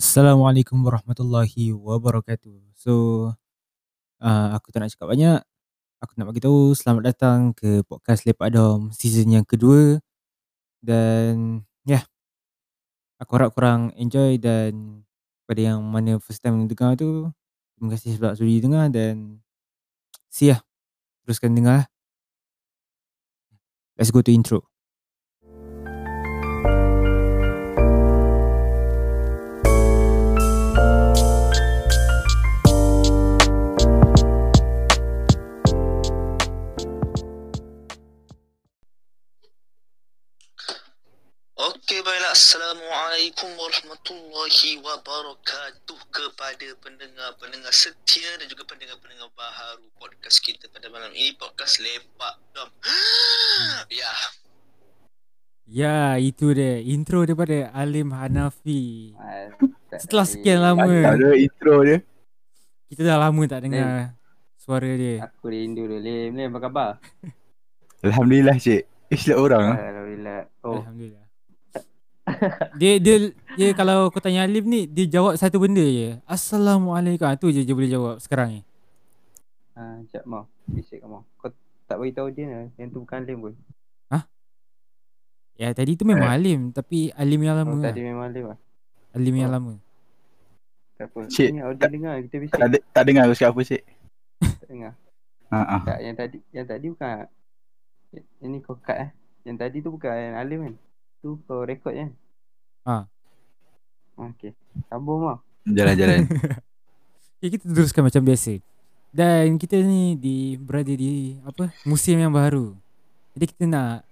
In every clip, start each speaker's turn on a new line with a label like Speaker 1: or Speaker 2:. Speaker 1: Assalamualaikum warahmatullahi wabarakatuh. So, uh, aku tak nak cakap banyak. Aku nak bagi tahu selamat datang ke podcast Lepak Dom season yang kedua dan ya, yeah, aku harap korang enjoy dan pada yang mana first time dengar tu, terima kasih sebab sudi dengar dan see ya. Teruskan dengar. lah. Let's go to intro.
Speaker 2: Okey baiklah Assalamualaikum warahmatullahi wabarakatuh kepada pendengar-pendengar setia dan juga pendengar-pendengar baharu podcast kita pada malam ini podcast Lepak Dom. ya,
Speaker 1: Ya, itu dia intro daripada Alim Hanafi.
Speaker 3: Ah, Mantap.
Speaker 1: Setelah sekian
Speaker 4: Tak
Speaker 1: lama,
Speaker 4: ada intro dia
Speaker 1: kita dah lama tak dengar suara dia.
Speaker 3: Aku rindu dulu Lim, Lim apa khabar?
Speaker 4: Alhamdulillah cik Eh silap orang lah
Speaker 3: Alhamdulillah Oh
Speaker 1: Alhamdulillah. dia dia dia kalau kau tanya Alif ni dia jawab satu benda je. Assalamualaikum. Ah, Tu je dia boleh jawab sekarang ni. Eh.
Speaker 3: ah, Sekejap mau Bisik kamu Kau tak beritahu dia ni Yang tu bukan Lim pun
Speaker 1: Ya tadi tu memang Alim tapi Alim yang lama.
Speaker 3: Eh. Oh
Speaker 1: lah.
Speaker 3: tadi memang Lim lah
Speaker 1: Alim yang lama.
Speaker 3: Tak apa
Speaker 4: Cik,
Speaker 3: Ni audio
Speaker 4: tak-
Speaker 3: dengar Kita bisik
Speaker 4: Tak, ada, tak dengar aku cakap apa cik
Speaker 3: Tak dengar
Speaker 4: Ha ah.
Speaker 3: Tak yang tadi Yang tadi bukan Yang yang ni kau cut eh Yang tadi tu bukan Alim kan Tu kau record eh. je
Speaker 1: Ah.
Speaker 3: Okay Sambung mau
Speaker 4: Jalan-jalan
Speaker 1: Okay, Ya, kita teruskan macam biasa. Dan kita ni di berada di apa? Musim yang baru. Jadi kita nak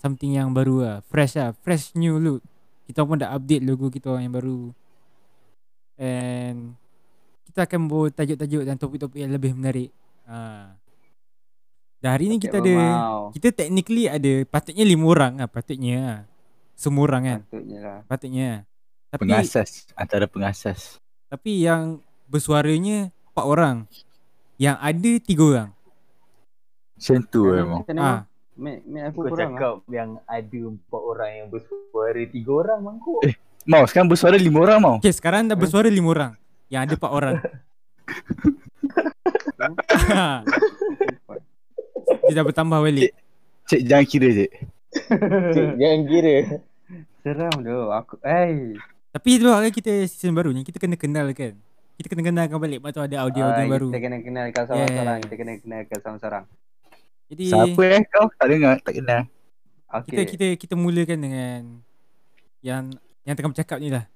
Speaker 1: something yang baru lah, fresh lah, fresh new look. Kita pun dah update logo kita orang yang baru. And kita akan bawa tajuk-tajuk dan topik-topik yang lebih menarik. Ha. Dan hari ni kita ada
Speaker 3: mau.
Speaker 1: kita technically ada patutnya lima orang lah, patutnya lah. Semua orang kan,
Speaker 3: Patutnya lah
Speaker 1: patutnya. Tapi
Speaker 4: Pengasas Antara pengasas
Speaker 1: tapi yang bersuaranya empat orang. Yang ada tiga orang.
Speaker 4: Macam tu eh,
Speaker 3: Macam
Speaker 4: memang
Speaker 3: mana,
Speaker 1: Ah,
Speaker 3: Mak? Mak Mak aku
Speaker 5: Kau
Speaker 3: kurang lah
Speaker 5: cakap yang ada empat orang yang bersuara tiga orang mangkuk.
Speaker 4: Eh. Mau sekarang bersuara lima orang mau
Speaker 1: okay, sekarang dah bersuara lima orang. Yang ada empat orang. Dia dah bertambah balik.
Speaker 4: Cik jangan kira cik
Speaker 5: Jangan kira.
Speaker 3: ah. Seram tu Aku Eh
Speaker 1: Tapi tu lah kan kita season baru ni kita kena kenalkan. Kita kena kenalkan balik lepas tu ada audio audio
Speaker 3: Ah,
Speaker 1: baru.
Speaker 3: Kita kena kenalkan seorang-seorang. Kita kena kenalkan seorang-seorang.
Speaker 1: Jadi
Speaker 4: Siapa eh kau tak dengar Tak kenal
Speaker 1: kita
Speaker 3: Okey.
Speaker 1: kita kita mulakan dengan yang yang tengah bercakap ni lah.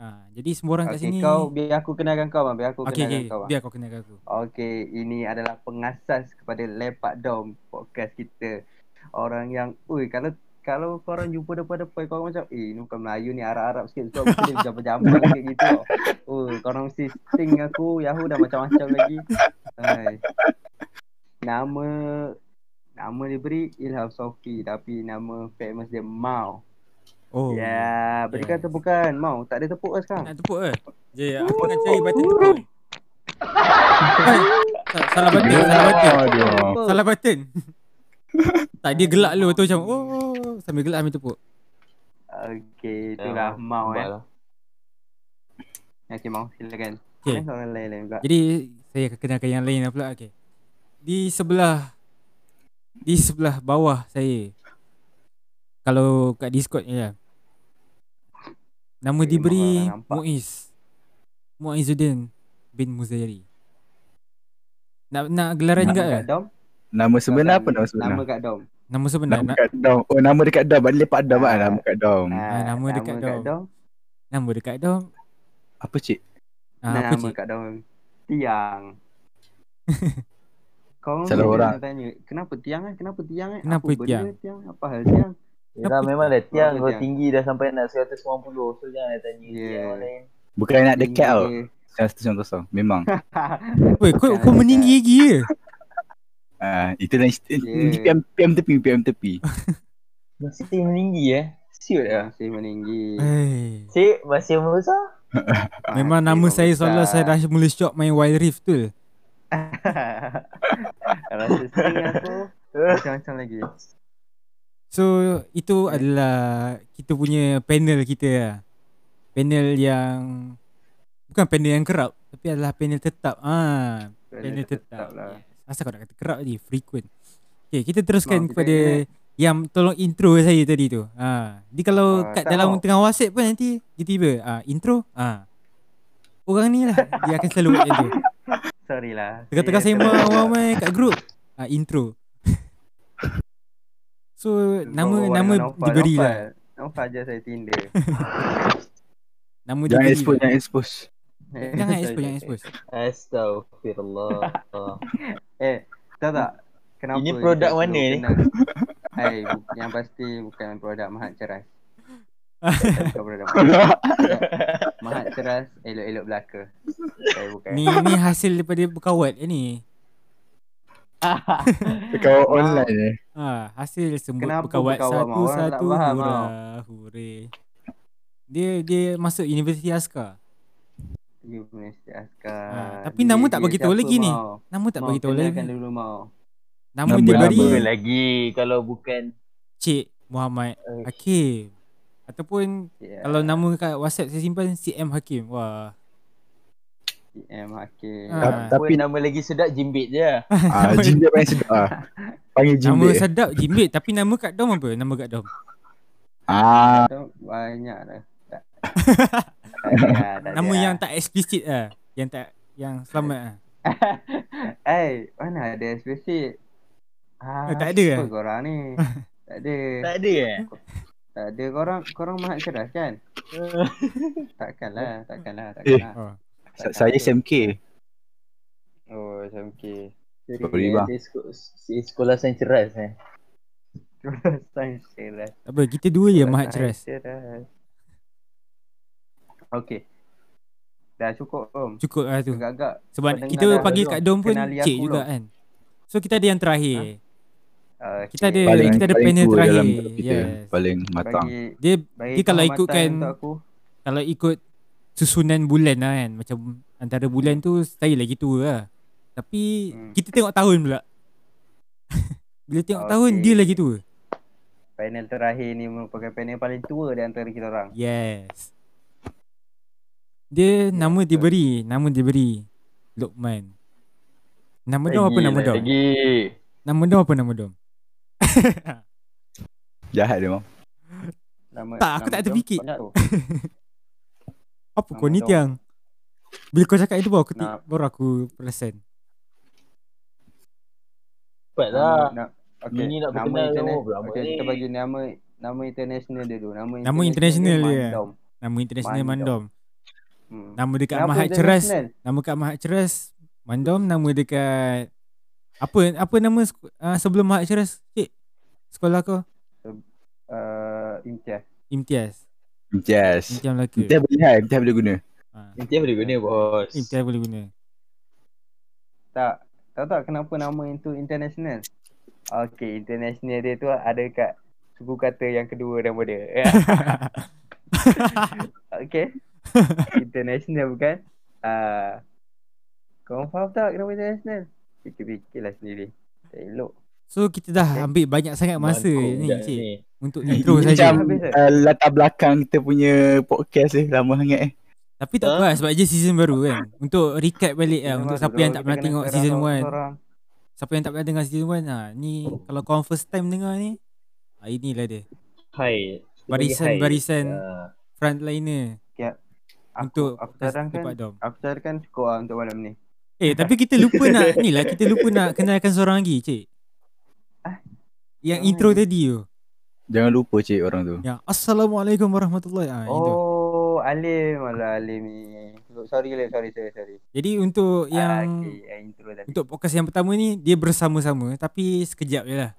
Speaker 1: Ha, jadi semua orang kat
Speaker 3: Okey,
Speaker 1: sini
Speaker 3: kau biar aku kenalkan kau bang, biar aku
Speaker 1: Okey
Speaker 3: kenalkan
Speaker 1: okey
Speaker 3: kau ah. bang.
Speaker 1: biar kau kenalkan aku.
Speaker 3: Okey, ini adalah pengasas kepada Lepak Dom podcast kita. Orang yang ui kalau kalau korang jumpa depan-depan korang macam eh ni bukan Melayu ni Arab-Arab sikit sebab mesti dia jambak-jambak sikit gitu. tau. Ui, korang mesti sting aku, Yahoo dah macam-macam lagi. Hai. Nama nama dia beri Ilham Sofi tapi nama famous dia Mau.
Speaker 1: Oh.
Speaker 3: Ya, berikan
Speaker 1: Yes.
Speaker 3: tepukan. Mau, tak ada tepuk ke sekarang?
Speaker 1: Nak tepuk ke? Je, aku akan cari button tepuk. Eh, tak, salah button, salah button.
Speaker 4: lah. Aduh
Speaker 1: Salah button. tak dia gelak dulu tu macam oh sambil gelak ambil tepuk.
Speaker 3: Okey, itulah
Speaker 4: Ya,
Speaker 3: Mau eh. Okey, Mau, silakan.
Speaker 1: Okey.
Speaker 3: Okay. Kan orang lain lain pula.
Speaker 1: Jadi saya akan kenalkan yang lain lah pula okey. Di sebelah di sebelah bawah saya. Kalau kat Discord ni lah. Nama
Speaker 3: Okey,
Speaker 1: diberi
Speaker 3: orang nampak.
Speaker 1: Muiz. Muizuddin bin Muzairi. Nak nak gelaran juga kan?
Speaker 3: Nama
Speaker 1: ke?
Speaker 3: Kak Dom.
Speaker 4: Nama sebenar apa nama sebenar
Speaker 3: Nama Kak Dom.
Speaker 1: Nama sebenar
Speaker 4: Nama
Speaker 1: nak,
Speaker 4: kat Dom Oh nama dekat Dom Balik lepak Dom lah Nama kat Dom
Speaker 3: Ah,
Speaker 1: nama dia Kak Dom. Ah,
Speaker 3: Dom.
Speaker 1: nama dekat dong.
Speaker 4: Apa cik
Speaker 1: Ah,
Speaker 3: Dan
Speaker 1: apa
Speaker 3: nama
Speaker 1: cik?
Speaker 3: Kak Dom. Tiang. Kau
Speaker 4: Salah orang.
Speaker 3: tanya, kenapa tiang eh? Kenapa tiang eh?
Speaker 1: Kenapa
Speaker 3: Apa benda
Speaker 1: tiang?
Speaker 3: tiang? Apa hal tiang?
Speaker 5: Yelah Ya, memang dah tiang
Speaker 3: Kenapa
Speaker 5: kau
Speaker 3: tiang?
Speaker 5: tinggi dah sampai nak 190 so jangan tanya
Speaker 3: Yeah.
Speaker 5: yeah. orang lain.
Speaker 4: Bukan nak dekat tau
Speaker 3: Tinggi
Speaker 4: Sekarang 190 Memang
Speaker 3: dia.
Speaker 1: Weh, kau, kau meninggi lagi ke?
Speaker 4: Ah, Itu dan
Speaker 3: Yeah.
Speaker 4: PM, PM tepi PM tepi
Speaker 5: Masih meninggi eh. Siut
Speaker 4: Ya.
Speaker 5: lah.
Speaker 3: Masih meninggi.
Speaker 1: Hey.
Speaker 5: Cik masih besar.
Speaker 1: Eh,
Speaker 3: Ah,
Speaker 1: Memang nama saya
Speaker 3: lah.
Speaker 1: seolah saya dah mula shock main Wild Rift tu.
Speaker 3: Rasa sting aku. Macam-macam lagi.
Speaker 1: So itu adalah kita punya panel kita lah. panel yang bukan panel yang kerap tapi adalah panel tetap. Ah, panel tetap.
Speaker 3: lah.
Speaker 1: Yes. Asal kau nak kata kerap tadi frequent. Okay, kita teruskan
Speaker 3: Mak, kita
Speaker 1: kepada
Speaker 3: kena-
Speaker 1: yang tolong intro saya tadi tu. Ha, ni kalau
Speaker 3: Ah,
Speaker 1: kat
Speaker 3: tak
Speaker 1: dalam
Speaker 3: tahu.
Speaker 1: tengah WhatsApp pun nanti tiba-tiba ah intro ah orang ni lah dia akan selalu buat macam tu.
Speaker 3: Sorry lah.
Speaker 1: Tengah-tengah
Speaker 3: Saya
Speaker 1: sembang
Speaker 3: terlalu-
Speaker 1: ramai kat grup ah intro. so nama
Speaker 3: berbual
Speaker 1: nama
Speaker 3: dengan Nopal.
Speaker 1: diberi lah.
Speaker 3: Nopal- Nopal je saya Tinder.
Speaker 1: Nama
Speaker 4: Jangan
Speaker 1: diberi. lah.
Speaker 4: expose, jangan expose.
Speaker 1: Jangan expose, jangan expose.
Speaker 5: Astagfirullah.
Speaker 3: Eh, tahu tak? Kenapa?
Speaker 5: Ini produk
Speaker 3: kita
Speaker 5: mana
Speaker 3: perlu
Speaker 5: ni?
Speaker 3: kenal- Eh, bu- yang pasti bukan produk Mahat Ceras. bukan produk Mahat Ceras. Mahat Ceras elok-elok belaka. Eh, bukan.
Speaker 1: Ni ni hasil daripada berkawat eh, ni.
Speaker 3: Ah.
Speaker 4: Kau online eh.
Speaker 1: Ha, hasil sembut
Speaker 3: Kenapa
Speaker 1: berkawat
Speaker 3: berkawat, Mak?
Speaker 1: satu
Speaker 3: Orang tak
Speaker 1: satu
Speaker 3: faham, ah?
Speaker 1: hura hure. Dia dia masuk Universiti Askar.
Speaker 3: You Universiti Askar.
Speaker 1: Ah, tapi nama tak bagi tahu lagi ni. Nama
Speaker 3: Oh,
Speaker 1: tak bagi tahu lagi.
Speaker 3: Kenalkan dulu mau.
Speaker 1: Nama
Speaker 4: Nama
Speaker 1: dia
Speaker 4: apa
Speaker 1: beri
Speaker 5: Apa lagi kalau bukan
Speaker 1: Cik Muhammad
Speaker 5: Eh.
Speaker 1: Hakim. Ataupun
Speaker 3: Yeah.
Speaker 1: kalau nama kat WhatsApp saya simpan CM Hakim. Wah.
Speaker 3: PM Hakim.
Speaker 1: Ah.
Speaker 5: Tapi
Speaker 4: Tapi-
Speaker 5: nama lagi sedap jimbit
Speaker 3: lah.
Speaker 5: je.
Speaker 4: Ah, Jim dia paling sedap lah. Panggil Jim
Speaker 1: Nama
Speaker 4: dia.
Speaker 1: sedap jimbit tapi nama kat Dom apa? Nama kat Dom.
Speaker 4: Ah,
Speaker 3: Tu banyak dah. Tak. Tak ada lah, tak ada
Speaker 1: Nama
Speaker 3: lah.
Speaker 1: yang tak eksplisit ah. Yang tak yang selamat ah.
Speaker 3: Eh, mana ada eksplisit? Ha,
Speaker 1: Eh, tak ada
Speaker 3: Apa
Speaker 1: eh?
Speaker 3: korang ni? tak ada.
Speaker 5: Tak ada eh?
Speaker 3: Tak ada korang korang mahat ceras kan? Takkanlah, takkanlah,
Speaker 4: Eh.
Speaker 3: takkanlah.
Speaker 1: Oh.
Speaker 4: sa- saya Sam K.
Speaker 3: Oh, macam okey.
Speaker 4: Sorry,
Speaker 3: eh,
Speaker 4: bang.
Speaker 5: Saya seko- saya sekolah sains ceras eh.
Speaker 3: Curah sains ceras.
Speaker 1: Tak apa, kita dua je Oh, ya, Mahat
Speaker 3: Curah sains
Speaker 1: Ceras.
Speaker 3: ceras. Okey. Dah cukup om.
Speaker 1: Cukup lah tu.
Speaker 3: Agak-agak.
Speaker 1: Sebab
Speaker 3: Pendengar
Speaker 1: kita
Speaker 3: dah
Speaker 1: panggil
Speaker 3: belum.
Speaker 1: Kak Dom pun
Speaker 3: lah. Kenali
Speaker 1: cik
Speaker 3: aku Ha?
Speaker 1: juga
Speaker 3: dong.
Speaker 1: kan. So kita ada yang terakhir.
Speaker 3: Uh,
Speaker 1: Kita ada
Speaker 4: Paling,
Speaker 1: kita ada
Speaker 4: paling
Speaker 1: panel
Speaker 4: tua
Speaker 1: terakhir.
Speaker 4: dalam grup kita.
Speaker 1: Yes.
Speaker 4: Paling matang.
Speaker 3: bagi
Speaker 1: Dia
Speaker 3: bagi
Speaker 1: Dia kalau
Speaker 3: kehormatan
Speaker 1: ikutkan-
Speaker 3: untuk aku.
Speaker 1: kalau ikut susunan bulan lah kan. Macam antara bulan tu saya lagi tua lah. Tapi
Speaker 3: Hmm.
Speaker 1: kita tengok tahun pula. Bila tengok tahun
Speaker 3: Okey.
Speaker 1: dia lagi tua.
Speaker 3: Panel terakhir ni merupakan panel paling tua di antara kita orang.
Speaker 1: Yes. Dia nama diberi, nama diberi Lokman. Nama dom apa
Speaker 5: Lagi
Speaker 1: nama
Speaker 5: lah,
Speaker 1: dom?
Speaker 5: Lagi.
Speaker 1: Nama dom apa nama dom?
Speaker 4: Jahat dia, Mam.
Speaker 3: Lama,
Speaker 1: Tak, aku tak
Speaker 3: jom,
Speaker 1: terfikir.
Speaker 3: patut.
Speaker 1: Apa kau
Speaker 3: Nama
Speaker 1: ni
Speaker 3: dom.
Speaker 1: tiang? Bila kau cakap itu baru aku ti-
Speaker 3: Nak-
Speaker 1: baru aku perasan.
Speaker 5: Cepat lah.
Speaker 3: Nama- na- Okay,
Speaker 5: Ini
Speaker 3: Ini
Speaker 5: nak
Speaker 3: nama
Speaker 5: berkenal
Speaker 3: internet.
Speaker 5: dulu, berapa
Speaker 3: Okay,
Speaker 5: ni?
Speaker 3: kita bagi nama nama international dia dulu. Nama,
Speaker 1: Nama international dia.
Speaker 3: Mandom.
Speaker 1: Nama international Mandom.
Speaker 3: Mandom. Hmm.
Speaker 1: Nama dekat
Speaker 3: Kenapa
Speaker 1: Mahat Ceras
Speaker 3: international?
Speaker 1: Nama kat Mahat Ceras Mandom Nama dekat Apa apa nama sek- uh, Sebelum Mahat Ceras Cik Sekolah kau
Speaker 3: Uh, Imtiaz.
Speaker 1: Imtiaz
Speaker 4: Yes.
Speaker 1: Imtiaz Melaka
Speaker 4: Dia boleh hai, dia boleh guna.
Speaker 1: ha.
Speaker 5: Nanti boleh guna bos.
Speaker 1: Imtiaz boleh guna
Speaker 3: Tak. Tahu tak kenapa nama itu international? Okay, international dia tu ada kat suku kata yang kedua Eh, nama dia. okay. international bukan? Uh, kau faham tak kenapa international? Fikir-fikirlah sendiri. Tak elok.
Speaker 1: So kita dah ambil banyak sangat masa
Speaker 5: Bangkok
Speaker 1: ni
Speaker 5: budak
Speaker 1: cik
Speaker 5: ni.
Speaker 1: Untuk
Speaker 4: Ini
Speaker 1: intro saja.
Speaker 4: Macam
Speaker 3: Habis eh?
Speaker 4: uh, latar belakang kita punya podcast ni lama sangat eh.
Speaker 1: Tapi tak apa lah sebab je season baru kan Untuk recap balik lah Untuk
Speaker 3: Baru
Speaker 1: siapa yang tak
Speaker 3: dah kita
Speaker 1: pernah
Speaker 3: kena
Speaker 1: tengok
Speaker 3: serang
Speaker 1: season 1
Speaker 3: orang-orang.
Speaker 1: Siapa yang tak pernah dengar season 1 ha, Ni kalau korang first time dengar ni ha, Inilah dia
Speaker 5: Hai. Kita
Speaker 1: Barisan-
Speaker 5: bagi hai.
Speaker 1: barisan.
Speaker 5: Ah.
Speaker 1: Frontliner
Speaker 3: Aku,
Speaker 1: Untuk
Speaker 3: aku kan
Speaker 1: podcast
Speaker 3: sarankan
Speaker 1: Lepak Dom
Speaker 3: Aku sarankan cukup lah untuk malam ni
Speaker 1: Eh tapi kita lupa nak Ni lah kita lupa nak kenalkan seorang lagi cik
Speaker 3: Ah,
Speaker 1: Yang
Speaker 3: seorang
Speaker 1: intro
Speaker 3: lagi.
Speaker 1: tadi tu
Speaker 4: Jangan lupa cik orang tu.
Speaker 1: Yang Assalamualaikum warahmatullahi ha, itu.
Speaker 3: Oh Alim Alah Alim ni Sorry Alim sorry sorry, sorry.
Speaker 1: Jadi untuk
Speaker 3: Ah,
Speaker 1: yang
Speaker 3: okay, eh, intro tadi
Speaker 1: Untuk podcast yang pertama ni Dia bersama-sama Tapi sekejap je lah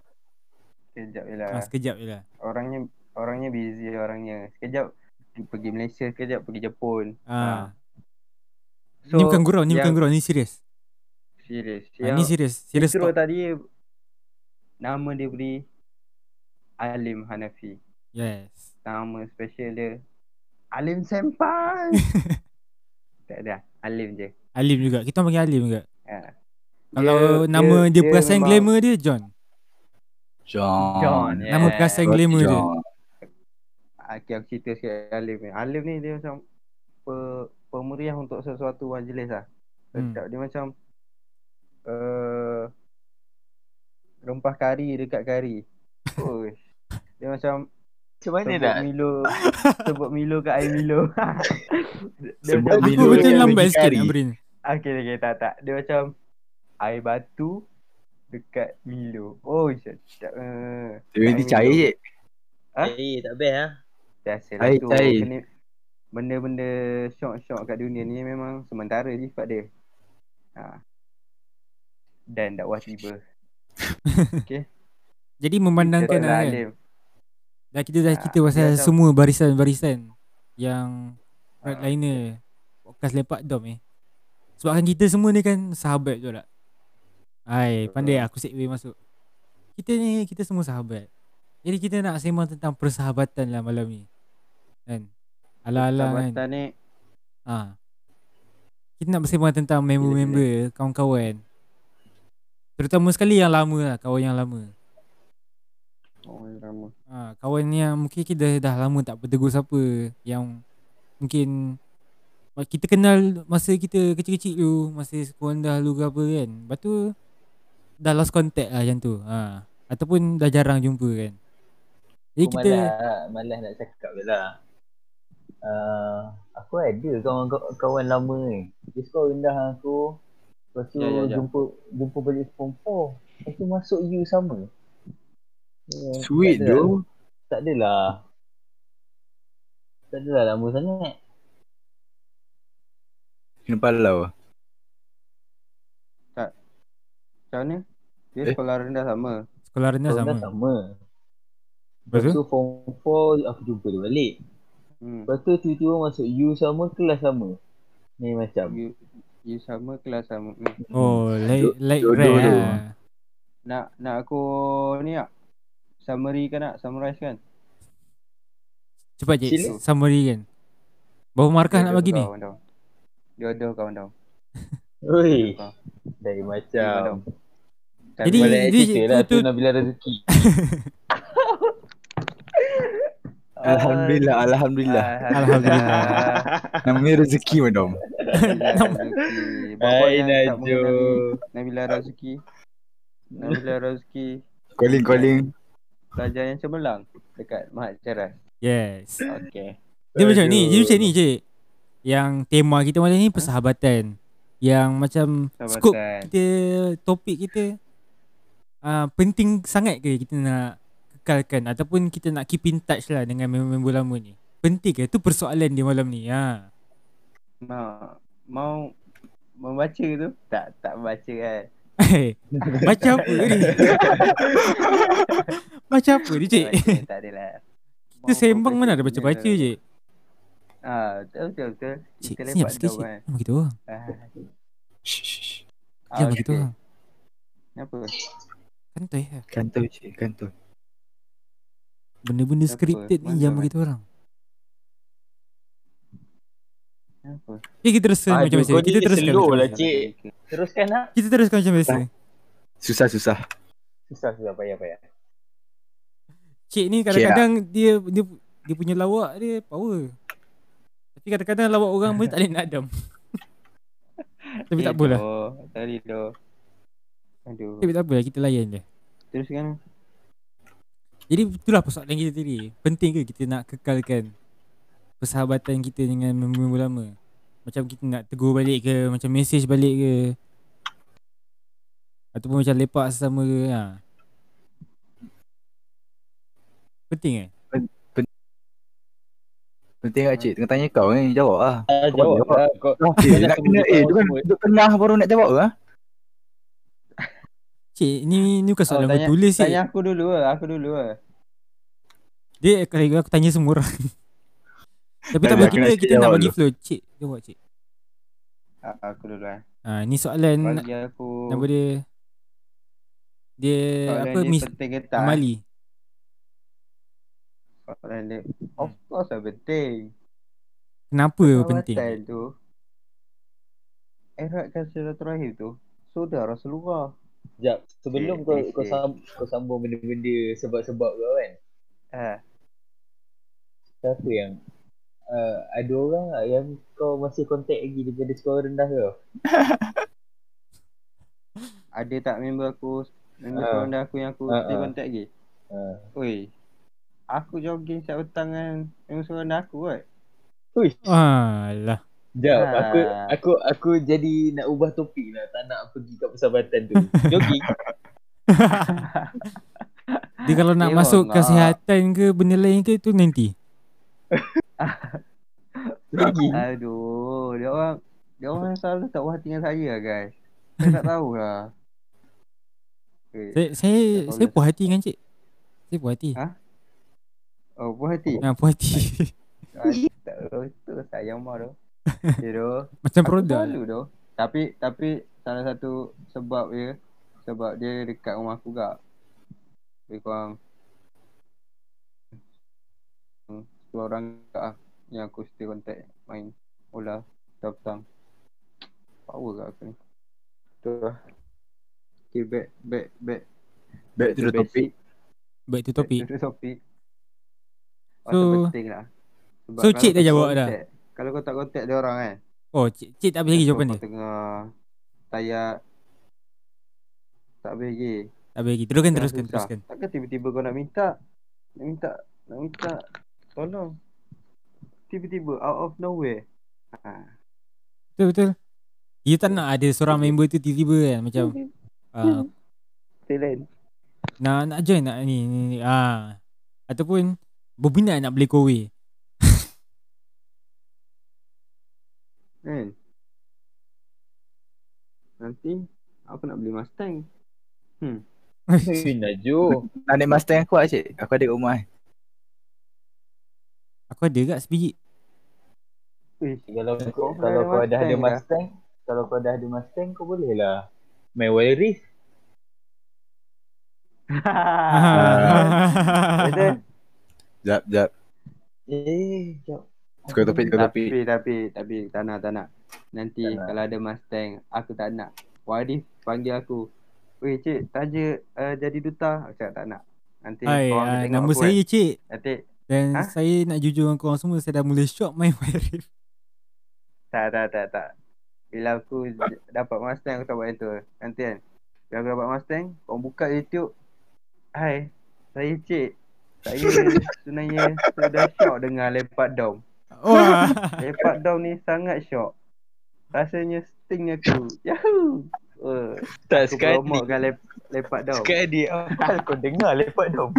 Speaker 3: Sekejap je
Speaker 1: ha,
Speaker 3: lah
Speaker 1: Sekejap je lah
Speaker 3: Orangnya Orangnya busy orangnya Sekejap pergi- Pergi Malaysia Sekejap pergi Jepun
Speaker 1: ha.
Speaker 3: Ah.
Speaker 1: Ni bukan gurau Ni bukan
Speaker 3: yang-
Speaker 1: gurau Ni serius
Speaker 3: Serius
Speaker 1: ha, Ni
Speaker 3: Yang
Speaker 1: serius Serius
Speaker 3: intro
Speaker 1: talk.
Speaker 3: tadi Nama dia beri Alim Hanafi
Speaker 1: Yes
Speaker 3: Nama special dia Alim Senpai Tak ada Alim je
Speaker 1: Alim juga Kita panggil Alim juga
Speaker 3: Ah.
Speaker 1: Kalau
Speaker 3: Dia-
Speaker 1: nama dia,
Speaker 3: dia
Speaker 1: perasan
Speaker 3: memang-
Speaker 1: glamour dia John
Speaker 4: John.
Speaker 3: John,
Speaker 1: Nama perasan glamour dia
Speaker 4: John.
Speaker 3: Ah, okay, aku cerita sikit Alif ni. Alif ni dia macam pe, pemeriah untuk sesuatu majlis lah.
Speaker 1: Hmm.
Speaker 3: Sedap. Dia macam uh, rempah kari dekat kari. Oh, dia macam
Speaker 5: Macam mana
Speaker 3: sebut
Speaker 5: dah?
Speaker 3: Milo sebut Milo kat air Milo. dia
Speaker 4: Sebut
Speaker 3: macam,
Speaker 4: Milo
Speaker 1: Aku betul
Speaker 4: yang
Speaker 1: lambat
Speaker 4: pergi
Speaker 1: sikit
Speaker 4: cari.
Speaker 1: nak brain.
Speaker 3: Okay, okay, tak, tak. Dia macam air batu dekat Milo. Oh, sedap. Uh,
Speaker 4: Dia nanti cair je.
Speaker 3: Ha?
Speaker 5: Eh, tak best ah.
Speaker 3: biasalah
Speaker 4: Air
Speaker 3: lah tu.
Speaker 4: cair.
Speaker 3: Kena, benda-benda syok-syok kat dunia ni memang sementara sifat dia. Ha. Dan dakwah tiba.
Speaker 1: Jadi memandangkan
Speaker 3: Betul
Speaker 1: lah
Speaker 3: lah,
Speaker 1: kan.
Speaker 3: Alif.
Speaker 1: Dah kita dah
Speaker 3: Ah,
Speaker 1: cerita pasal
Speaker 3: dia macam-
Speaker 1: semua barisan-barisan yang
Speaker 3: Ah,
Speaker 1: frontliner podcast lepak dom eh. Sebab kan kita semua ni kan sahabat tu lah. Hai, pandai aku segway masuk. Kita ni kita semua sahabat. Jadi kita nak sembang tentang persahabatan lah malam ni. Kan? Ala-ala kan.
Speaker 3: Sahabatan ni
Speaker 1: Ha. Kita nak bersembang tentang member-member, kawan-kawan. Terutama sekali yang lama lah, kawan yang lama.
Speaker 3: Oh, lama.
Speaker 1: Ha, kawan yang mungkin kita dah lama tak bertegur siapa yang mungkin ma- kita kenal masa kita kecil-kecil dulu, masa sekolah dah dulu ke apa kan. Lepas tu dah lost contact lah yang tu. Ha. Ataupun dah jarang jumpa kan. Jadi
Speaker 5: Aku
Speaker 1: kita
Speaker 5: malas, ha? malas nak cakap je lah. Uh, aku ada kawan kawan lama ni. Dia suka rendah aku. Lepas tu
Speaker 3: Ya, ya, ya.
Speaker 5: jumpa jumpa balik form 4. Lepas tu masuk U sama. Yeah,
Speaker 4: Sweet
Speaker 5: tak ada-
Speaker 4: doh.
Speaker 5: Tak adalah. Tak adalah lama sangat.
Speaker 4: Kena palau.
Speaker 3: Macam mana? Dia
Speaker 4: Eh.
Speaker 3: sekolah rendah sama.
Speaker 1: sekolah rendah
Speaker 5: Kau
Speaker 1: sama.
Speaker 5: dah sama.
Speaker 1: Lepas
Speaker 5: Lepas
Speaker 1: tu
Speaker 5: tu form 4 aku jumpa dia balik.
Speaker 3: Hmm.
Speaker 5: Lepas tu tiba-tiba masuk U sama kelas sama. Ni macam.
Speaker 3: You, you sama kelas sama. Hmm.
Speaker 1: Oh, like like
Speaker 4: Jodoh
Speaker 1: rare
Speaker 4: tu.
Speaker 1: lah.
Speaker 3: Nak nak aku ni tak? Summary kan nak? Summarize kan?
Speaker 1: Cepat je
Speaker 5: Sila.
Speaker 1: summary kan. Berapa markah nak
Speaker 3: Jodoh
Speaker 1: bagi ni?
Speaker 3: kawan tau. Jodoh kawan tau.
Speaker 5: Oi,
Speaker 3: Kau.
Speaker 5: dari
Speaker 3: Kawan tau.
Speaker 5: macam.
Speaker 3: Tak
Speaker 1: Jadi-
Speaker 3: boleh.
Speaker 5: Balik
Speaker 1: dia-
Speaker 5: cerita
Speaker 1: tu-
Speaker 5: lah tu
Speaker 1: tu-
Speaker 5: Nabila Rezeki.
Speaker 4: Alhamdulillah, alhamdulillah.
Speaker 1: Alhamdulillah.
Speaker 5: Ah.
Speaker 4: Namanya rezeki madam.
Speaker 3: Alhamdulillah. Bapak
Speaker 5: Hai
Speaker 3: yang tak mengenali
Speaker 5: Najul.
Speaker 3: Nabila Razaki. Nabila Razaki
Speaker 4: Calling calling.
Speaker 3: pelajar yang cemerlang dekat Mahat Ceras.
Speaker 1: Yes.
Speaker 3: Okey.
Speaker 1: Dia macam ni, dia
Speaker 5: Aduh.
Speaker 1: macam ni je. Yang tema kita malam ni persahabatan. Yang macam skop
Speaker 3: Sahabatan.
Speaker 1: kita topik kita uh, penting sangat ke kita nak kekalkan ataupun kita nak keep in touch lah dengan member-member lama ni. Penting ke? Tu persoalan dia malam ni. Ha.
Speaker 3: Mau mau membaca tu? Tak, tak baca kan.
Speaker 1: Eh, Macam apa ni? Macam apa ni, cik?
Speaker 3: Tak baca, tak adalah.
Speaker 1: Kita sembang mana ada baca-baca je.
Speaker 3: Ah, betul betul. betul.
Speaker 1: Cik,
Speaker 3: Kita
Speaker 1: senyap
Speaker 3: lepak
Speaker 1: sikit,
Speaker 3: dong
Speaker 1: cik.
Speaker 5: eh.
Speaker 3: kan.
Speaker 1: Jangan begitu orang.
Speaker 3: Ah,
Speaker 4: Shh, shh, shh.
Speaker 3: ah,
Speaker 1: Jangan
Speaker 3: okey.
Speaker 1: begitu orang.
Speaker 3: Kenapa?
Speaker 1: Kantoi lah.
Speaker 4: Kantoi cik, kantoi.
Speaker 1: Benda-benda
Speaker 3: Kenapa?
Speaker 1: scripted ni
Speaker 3: Mana
Speaker 1: jangan
Speaker 3: orang?
Speaker 1: begitu orang.
Speaker 3: Kenapa?
Speaker 1: Okay, Eh, kita teruskan
Speaker 5: Aduh,
Speaker 1: macam biasa.
Speaker 5: Ah, kau ni
Speaker 1: Kita teruskan
Speaker 5: slow
Speaker 1: macam
Speaker 5: lah,
Speaker 1: biasa.
Speaker 5: cik. Teruskan lah.
Speaker 1: Kita teruskan macam biasa.
Speaker 4: Susah susah.
Speaker 5: Susah, susah, payah, payah.
Speaker 1: Cik ni kadang-kadang dia dia dia punya lawak dia power. Tapi kadang-kadang lawak orang pun tak boleh nak dam. Tapi
Speaker 3: Eh,
Speaker 1: tak apalah.
Speaker 3: Doh, Sorry Oh, doh. Aduh.
Speaker 1: Tapi tak apalah kita layan dia.
Speaker 3: Teruskan.
Speaker 1: Jadi itulah persoalan kita tadi. Penting ke kita nak kekalkan persahabatan kita dengan member-member lama? Macam kita nak tegur balik ke, macam message balik ke. Ataupun macam lepak sesama ke. Ha. Penting eh?
Speaker 4: Penting tak cik? Tengah tanya kau kan, jawab lah.
Speaker 5: Ah,
Speaker 4: Kau
Speaker 5: jawab
Speaker 4: jawab.
Speaker 5: lah kau.
Speaker 4: Ah, eh, nak kena, eh, tu kan duduk tengah baru nak jawab ke? ah?
Speaker 1: Cik, ni, ni bukan soalan
Speaker 3: Oh,
Speaker 1: oh, tulis cik.
Speaker 3: Tanya aku dulu lah, aku dulu lah.
Speaker 1: Dia kalau aku tanya semua orang. Tapi tak
Speaker 4: Tak,
Speaker 1: apa
Speaker 4: aku nak
Speaker 1: kita
Speaker 4: sikit
Speaker 1: kita nak
Speaker 4: jawab
Speaker 1: bagi
Speaker 4: dulu.
Speaker 1: flow. Cik, jawab cik.
Speaker 3: Ah, aku dulu lah.
Speaker 1: Ha, ni soalan
Speaker 3: Bagi aku
Speaker 1: nama dia dia
Speaker 3: soalan
Speaker 1: apa
Speaker 3: dia
Speaker 1: Miss
Speaker 3: penting ke tak? eh?
Speaker 1: Amali.
Speaker 3: Soalan dia of course lah penting.
Speaker 1: Kenapa penting?
Speaker 3: Persahabatan tu eratkan silaturahim tu sudah Rasulullah.
Speaker 5: Sekejap, sebelum
Speaker 3: Eh,
Speaker 5: kau,
Speaker 3: eh,
Speaker 5: kau,
Speaker 3: eh.
Speaker 5: sam- kau sambung benda-benda sebab-sebab kau kan.
Speaker 3: Ha.
Speaker 5: Siapa yang uh, Ada orang tak yang kau masih kontak lagi daripada sekolah rendah kau
Speaker 3: Ada tak member aku Member
Speaker 5: Ah.
Speaker 3: kawan dah aku yang aku
Speaker 5: Ah,
Speaker 3: Stay
Speaker 5: ah.
Speaker 3: contact lagi
Speaker 5: uh.
Speaker 3: Oi Aku jogging setiap petang dengan Member kawan dah aku kot
Speaker 5: Uish,
Speaker 1: Alah.
Speaker 5: jap
Speaker 3: Ah.
Speaker 5: aku aku aku jadi nak ubah topik lah tak nak pergi kat persahabatan tu. Jogging.
Speaker 1: Dia kalau nak
Speaker 3: Eh,
Speaker 1: masuk
Speaker 3: wallah.
Speaker 1: kesihatan ke benda lain ke tu nanti.
Speaker 5: Jogging.
Speaker 3: Aduh Dia orang Dia orang selalu tak puas hati dengan saya lah guys Saya tak tahulah Oi,
Speaker 1: Saya saya,
Speaker 3: Tak lah.
Speaker 1: saya
Speaker 3: boleh.
Speaker 1: puas hati dengan cik. Saya puas hati.
Speaker 3: Ha? Oh puas hati
Speaker 1: Ha, puas hati.
Speaker 3: Ah, Tak betul sayang mah tu Ya doh.
Speaker 1: Macam
Speaker 3: Aku
Speaker 1: produk.
Speaker 3: malu tu. Tapi tapi salah satu sebab dia sebab dia dekat rumah aku gak. Lebih kurang hmm, 10 orang kat ah, yang aku stay contact main bola setiap petang. Power kat aku ni. Tu lah. Okay, back, back, back.
Speaker 4: Back to the topic.
Speaker 1: Back to
Speaker 3: Back
Speaker 1: topic.
Speaker 3: to the topic.
Speaker 1: So-
Speaker 3: So, penting lah. Sebab
Speaker 1: so,
Speaker 3: kalau
Speaker 1: Cik dah
Speaker 3: kau
Speaker 1: jawab dah?
Speaker 3: contact- Kalau kau tak contact dia orang kan,
Speaker 1: Oh, cik, cik tak boleh lagi jawapan
Speaker 3: Kau
Speaker 1: dia.
Speaker 3: tengah Saya Tak habis lagi
Speaker 1: Tak boleh lagi. Teruskan,
Speaker 3: Dah
Speaker 1: teruskan,
Speaker 3: susah.
Speaker 1: teruskan.
Speaker 3: Takkan tiba-tiba kau nak minta Nak minta Nak minta Tolong Tiba-tiba Out of nowhere ha.
Speaker 1: Betul, betul. You tak nak ada seorang member tu tiba-tiba kan macam ah,
Speaker 3: Talent
Speaker 1: nak nak join nak ni ni, ni. ah ataupun berminat nak beli kowe.
Speaker 3: Kan Nanti Aku nak beli Mustang
Speaker 5: Ui, Najul.
Speaker 4: Nak naik Mustang aku lah cik. Aku ada kat rumah eh.
Speaker 1: Aku ada kat sebiji.
Speaker 3: Uish
Speaker 5: Kalau kau,
Speaker 3: Kau
Speaker 5: kalau
Speaker 3: ada
Speaker 5: kau dah ada
Speaker 3: Mustang dah.
Speaker 5: Mustang, kalau kau dah ada Mustang kau boleh lah main wild race.
Speaker 3: Ah.
Speaker 1: Ah.
Speaker 3: Betul?
Speaker 4: Jap, jap.
Speaker 5: Eh, jap.
Speaker 4: Tukar topik, tukar
Speaker 3: Tapi
Speaker 4: topik.
Speaker 3: tapi tapi tak nak tak nak Nanti
Speaker 5: Tak nak.
Speaker 3: kalau ada Mustang Aku tak nak Wadif panggil aku Weh cik taja uh, jadi duta Aku cakap tak nak Nanti
Speaker 1: Hai,
Speaker 3: korang
Speaker 1: ah,
Speaker 3: tengok
Speaker 1: nama
Speaker 3: aku
Speaker 1: saya
Speaker 4: eh.
Speaker 3: kan.
Speaker 1: cik
Speaker 3: Nanti
Speaker 1: dan
Speaker 3: Ha?
Speaker 1: saya nak jujur dengan korang semua saya dah mula shock main wireless.
Speaker 3: tak tak tak tak Bila aku j- dapat Mustang aku tak buat yang tu Nanti kan Bila aku dapat Mustang Kau buka YouTube Hai Saya cik Saya sebenarnya sudah syok dengan lepak dom
Speaker 1: Wah.
Speaker 3: Lepak dom ni sangat syok Rasanya sting aku Yahoo uh.
Speaker 5: Tak
Speaker 3: Aku
Speaker 5: sekali.
Speaker 3: promote dengan lep, lepak dom
Speaker 5: Sekali apa kau dengar lepak dom.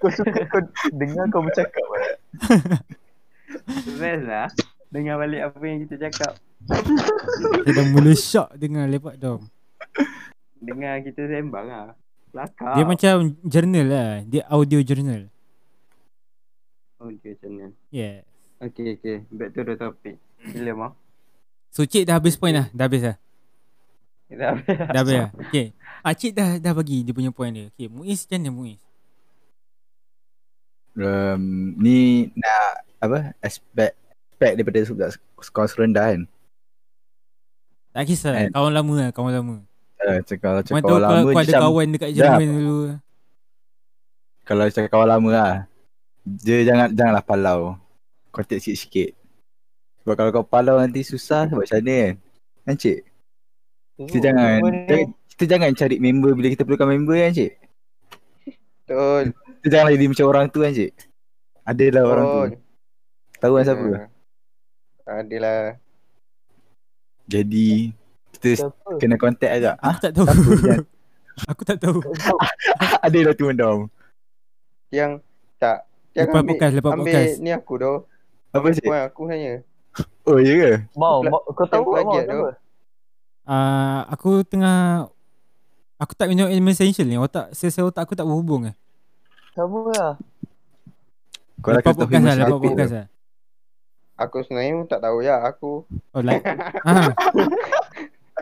Speaker 5: kau suka kau dengar kau bercakap lah.
Speaker 3: Best lah Dengar balik apa yang kita cakap
Speaker 1: saya dah mula shock dengan lepak dom.
Speaker 3: Dengar kita sembang lah Kelakar
Speaker 4: Ah.
Speaker 1: Dia macam journal lah. Dia audio journal.
Speaker 3: Oh dia macam ni
Speaker 1: Yeah.
Speaker 3: Okay okay Back to the topic Gila mah
Speaker 1: So cik dah habis point dah. Dah habis dah.
Speaker 3: Kita habis lah.
Speaker 1: Dah habis dah. Okay. Ah, cik dah dah bagi dia punya point dia. Okay, Muiz macam mana Muiz?
Speaker 4: Um, ni nak apa aspek aspek daripada budak sekolah serendah kan.
Speaker 1: Tak kisah.
Speaker 4: Eh.
Speaker 1: Kawan lama lah, kawan lama.
Speaker 4: Uh, kalau
Speaker 1: Mana
Speaker 4: cakap
Speaker 1: tahu
Speaker 4: orang lama
Speaker 1: kalau kau ada
Speaker 4: macam
Speaker 1: kawan dekat
Speaker 4: dah.
Speaker 1: Jerman dulu.
Speaker 4: kalau cakap kawan lama lah Dia jangan janganlah palau Kontak sikit-sikit Sebab kalau kau palau nanti susah sebab macam mana kan Kan cik?
Speaker 3: Oh,
Speaker 4: Kita jangan jangan- Kita jangan cari member bila kita perlukan member kan cik
Speaker 3: Betul
Speaker 4: Kita jangan jadi macam orang tu kan cik Adalah orang
Speaker 3: Oh,
Speaker 4: tu Tahu kan
Speaker 3: ya.
Speaker 4: siapa
Speaker 3: lah. Adalah
Speaker 4: Jadi Kita
Speaker 5: Siapa?
Speaker 4: kena kontak agak Ah
Speaker 1: Aku tak tahu.
Speaker 4: Siapa yang
Speaker 1: Aku tak tahu.
Speaker 4: Adalah tu mendam
Speaker 3: Yang Tak Yang
Speaker 1: Lepas
Speaker 3: ambil
Speaker 1: podcast, lepas
Speaker 3: Ambil
Speaker 1: podcast.
Speaker 3: ni aku tu
Speaker 4: Apa cik?
Speaker 3: Puan aku sebenarnya
Speaker 4: Oh ya ke?
Speaker 5: Mau, mau kau tahu tak mau
Speaker 3: Plagiat tu.
Speaker 5: siapa?
Speaker 1: Ah, aku tengah aku tak minum elemen essential ni. Otak sel-sel otak aku tak berhubung eh.
Speaker 5: Sama lah.
Speaker 4: Kau dah
Speaker 1: lepas
Speaker 4: kata
Speaker 1: podcast lah, lepas
Speaker 4: Musyafiq tu.
Speaker 1: podcast lah.
Speaker 3: Aku sebenarnya pun tak tahu ya Aku
Speaker 1: Oh like. ha.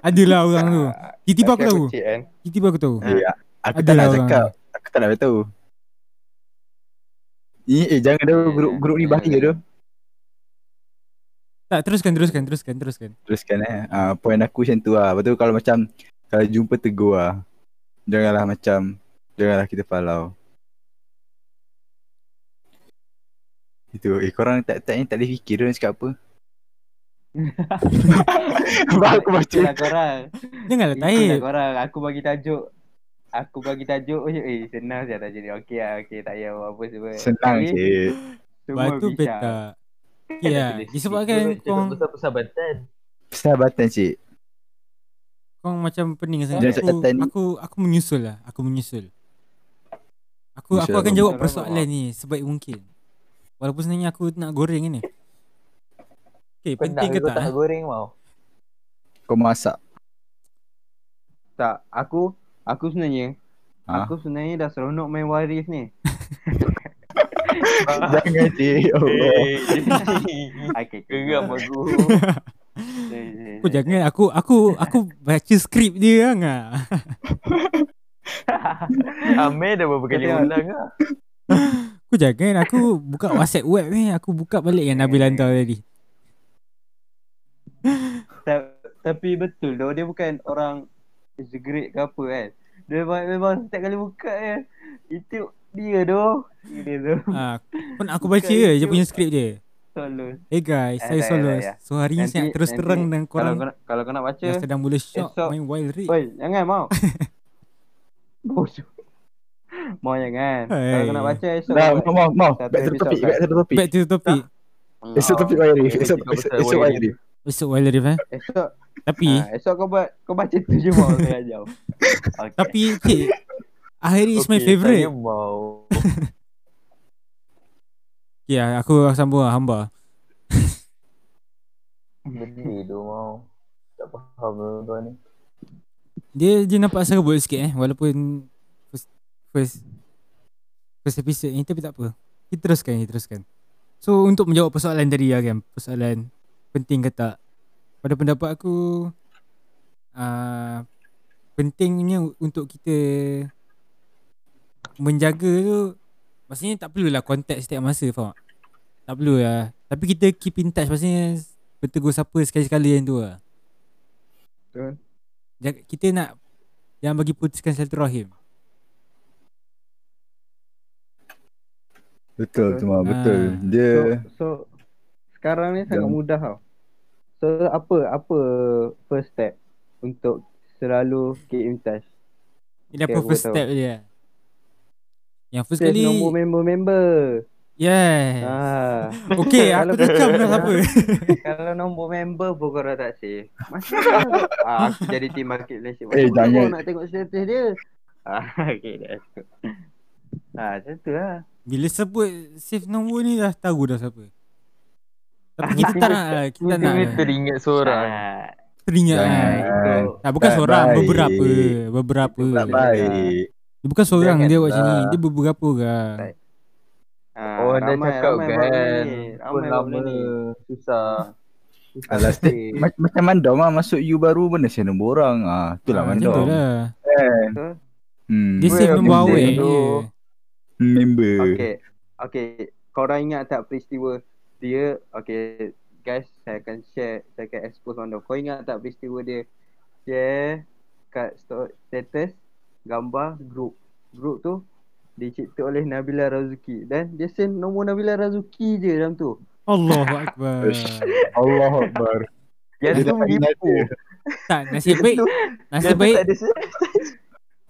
Speaker 1: Adalah orang tu. Tiba-tiba aku
Speaker 3: Tapi
Speaker 1: tahu.
Speaker 3: cik kan
Speaker 1: Tiba-tiba aku tahu.
Speaker 4: Eh, aku tak
Speaker 1: Adalah
Speaker 4: nak
Speaker 1: orang.
Speaker 4: cakap. Aku tak nak tahu. Ini eh jangan dah grup grup ni bahaya tu.
Speaker 1: Tak teruskan teruskan teruskan teruskan.
Speaker 4: Teruskan eh. Ah point aku macam tu lah. Lepas tu kalau macam kalau jumpa tegur lah. Janganlah macam janganlah kita palau. Itu eh korang tak tak ni tak boleh fikir dia cakap apa. Baru aku baca.
Speaker 3: Itulah korang.
Speaker 1: Janganlah
Speaker 3: Itulah
Speaker 1: taib.
Speaker 3: korang. Aku bagi tajuk. Aku bagi tajuk. Eh senang saya tajuk ni. Okey lah. Okey tak payah apa-apa semua.
Speaker 4: Senang
Speaker 3: Tapi
Speaker 4: je.
Speaker 3: semua
Speaker 1: Batu
Speaker 3: bijak.
Speaker 1: petak. Ya, disebabkan
Speaker 5: kau
Speaker 1: kau
Speaker 5: persahabatan.
Speaker 4: Persahabatan cik.
Speaker 1: kau macam pening
Speaker 4: Jangan
Speaker 1: sangat.
Speaker 4: cakap
Speaker 1: Aku,
Speaker 4: tadi.
Speaker 1: aku aku menyusul lah. Aku menyusul. Aku aku
Speaker 4: Menyusul
Speaker 1: akan
Speaker 4: apa?
Speaker 1: jawab
Speaker 3: Menyusul
Speaker 1: persoalan
Speaker 3: apa?
Speaker 1: ni sebaik mungkin. Walaupun sebenarnya aku nak goreng ni. Okay,
Speaker 5: Kau nak
Speaker 1: penting ke
Speaker 5: kau tak nak
Speaker 1: tak? eh?
Speaker 5: goreng mau.
Speaker 4: Kau masak.
Speaker 3: Tak. Aku. Aku sebenarnya.
Speaker 4: Ha?
Speaker 3: Aku sebenarnya dah seronok main waris ni.
Speaker 4: Jangan cik. Oh, oh.
Speaker 3: Eh, Okay.
Speaker 5: Geram aku.
Speaker 1: Aku jangan aku aku aku baca skrip dia hang ah.
Speaker 5: Amir dah berapa kali
Speaker 3: Kau tengok.
Speaker 5: ulang ah.
Speaker 1: Aku jangan aku buka WhatsApp web ni, aku buka balik yang Nabil hantar tadi.
Speaker 3: Ta- tapi betul though dia bukan orang is great ke apa kan. Dia memang, memang setiap kali buka kan. Itu dia doh. Dia doh.
Speaker 1: Ha, pun aku baca je dia punya skrip dia.
Speaker 3: Solo.
Speaker 1: Hey guys,
Speaker 3: Eh,
Speaker 1: saya
Speaker 3: tak
Speaker 1: Solos.
Speaker 3: payah, tak
Speaker 1: So hari ni saya nak
Speaker 3: Nanti-
Speaker 1: terus
Speaker 3: nanti
Speaker 1: terang dengan
Speaker 3: Kalau
Speaker 1: korang
Speaker 3: kau nak, kalau kau nak baca.
Speaker 1: yang sedang mula shock
Speaker 3: esok-
Speaker 1: main wild rig.
Speaker 3: Oi, jangan mau. Bodoh. Mau jangan. Kalau kau nak
Speaker 1: Hai.
Speaker 3: baca esok.
Speaker 4: Dah,
Speaker 3: kau buat.
Speaker 4: mau, mau.
Speaker 3: Satu
Speaker 4: Back to
Speaker 3: episode
Speaker 4: topic,
Speaker 3: kan?
Speaker 4: back to topic.
Speaker 1: Back to the topic.
Speaker 3: Hmm.
Speaker 4: Esok topik
Speaker 5: Oh,
Speaker 4: wiring.
Speaker 5: okay,
Speaker 4: Esok
Speaker 5: kita pasal
Speaker 4: esok
Speaker 5: wiring.
Speaker 4: wiring.
Speaker 1: Esok wild rig eh.
Speaker 3: Esok.
Speaker 1: Tapi
Speaker 3: ah, esok kau buat kau baca tu je mau saya jauh. Okay.
Speaker 1: tapi cik Akhiri is my
Speaker 5: Okey,
Speaker 1: favourite
Speaker 5: Saya mau.
Speaker 1: Ya, aku sambung lah, hamba.
Speaker 5: Benda tu mau. Tak faham lah kau ni.
Speaker 1: Dia dia nampak serabut sikit eh walaupun first first first episode ni tapi tak apa. Kita teruskan, kita teruskan. So untuk menjawab persoalan tadi lah kan, persoalan penting ke tak? Pada pendapat aku uh, pentingnya untuk kita menjaga tu maksudnya tak perlulah contact setiap masa faham tak? Tak perlulah. Tapi kita keep in touch maksudnya bertegur sapa sekali-sekala yang tu lah.
Speaker 3: Betul.
Speaker 1: Jaga, kita nak yang bagi putuskan silaturahim.
Speaker 4: Betul tu mau, betul.
Speaker 1: Ah.
Speaker 4: Dia
Speaker 3: So, so sekarang ni sangat
Speaker 4: Jom.
Speaker 3: mudah tau. So apa apa first step untuk selalu keep in touch?
Speaker 1: Ini
Speaker 3: Okay,
Speaker 1: apa
Speaker 3: aku
Speaker 1: first
Speaker 3: tahu.
Speaker 1: step dia? Yang first
Speaker 3: Save
Speaker 1: kali
Speaker 3: nombor member-member.
Speaker 1: Yes
Speaker 3: Ah,
Speaker 1: Okay aku
Speaker 3: Kalau-
Speaker 1: dah cam dah apa
Speaker 3: kalau nombor member pun korang tak save. Masalah. ah, aku jadi team marketplace. Macam
Speaker 4: Eh,
Speaker 3: mana
Speaker 4: jangan.
Speaker 3: korang nak tengok status dia. Ah, okay, dah. Ah, macam tu lah.
Speaker 1: Bila sebut save nombor ni dah tahu dah siapa Tapi kita tak nak lah Kita tak nak
Speaker 5: Mungkin
Speaker 1: lah.
Speaker 5: teringat seorang.
Speaker 3: Ah,
Speaker 1: Teringat lah
Speaker 4: Jangan.
Speaker 5: Ah.
Speaker 3: itu.
Speaker 1: nah, Bukan
Speaker 4: Tak
Speaker 1: seorang
Speaker 4: baik.
Speaker 1: Beberapa Beberapa
Speaker 4: tak baik.
Speaker 1: Dia bukan seorang
Speaker 5: Jangan
Speaker 1: dia buat macam ni
Speaker 5: lah.
Speaker 1: Dia beberapa orang
Speaker 3: Tak. Ah,
Speaker 5: Oh dah
Speaker 3: ramai-
Speaker 5: cakap
Speaker 3: ramai buat benda
Speaker 5: kan.
Speaker 3: ni.
Speaker 5: Pun
Speaker 3: Ramai buat
Speaker 5: lama.
Speaker 3: benda ni.
Speaker 5: Susah.
Speaker 3: Susah
Speaker 4: Alah,
Speaker 3: save.
Speaker 4: Ah. Ma- macam mandom lah masuk you baru mana saya nombor orang. Ah, itulah
Speaker 1: Ah, macam tu
Speaker 4: mandom.
Speaker 1: lah
Speaker 3: Betul.
Speaker 4: Hmm.
Speaker 1: Dia
Speaker 5: Well,
Speaker 1: save nombor
Speaker 4: member.
Speaker 1: awet
Speaker 5: tu.
Speaker 1: je
Speaker 4: Member.
Speaker 3: Okay. Okay. Korang ingat tak peristiwa dia? Okay. Guys, saya akan share. Saya akan expose on the. Kau ingat tak peristiwa dia? Share kat sto- status gambar group. Group tu dicipta oleh Nabila Razuki dan dia send nombor Nabila Razuki je dalam tu.
Speaker 1: Allahu Akbar
Speaker 4: Allah Akbar.
Speaker 5: Yang tu menipu.
Speaker 1: Tak nasib baik
Speaker 5: Yang tu-
Speaker 1: Nasib baik
Speaker 5: Tak ada sesuatu.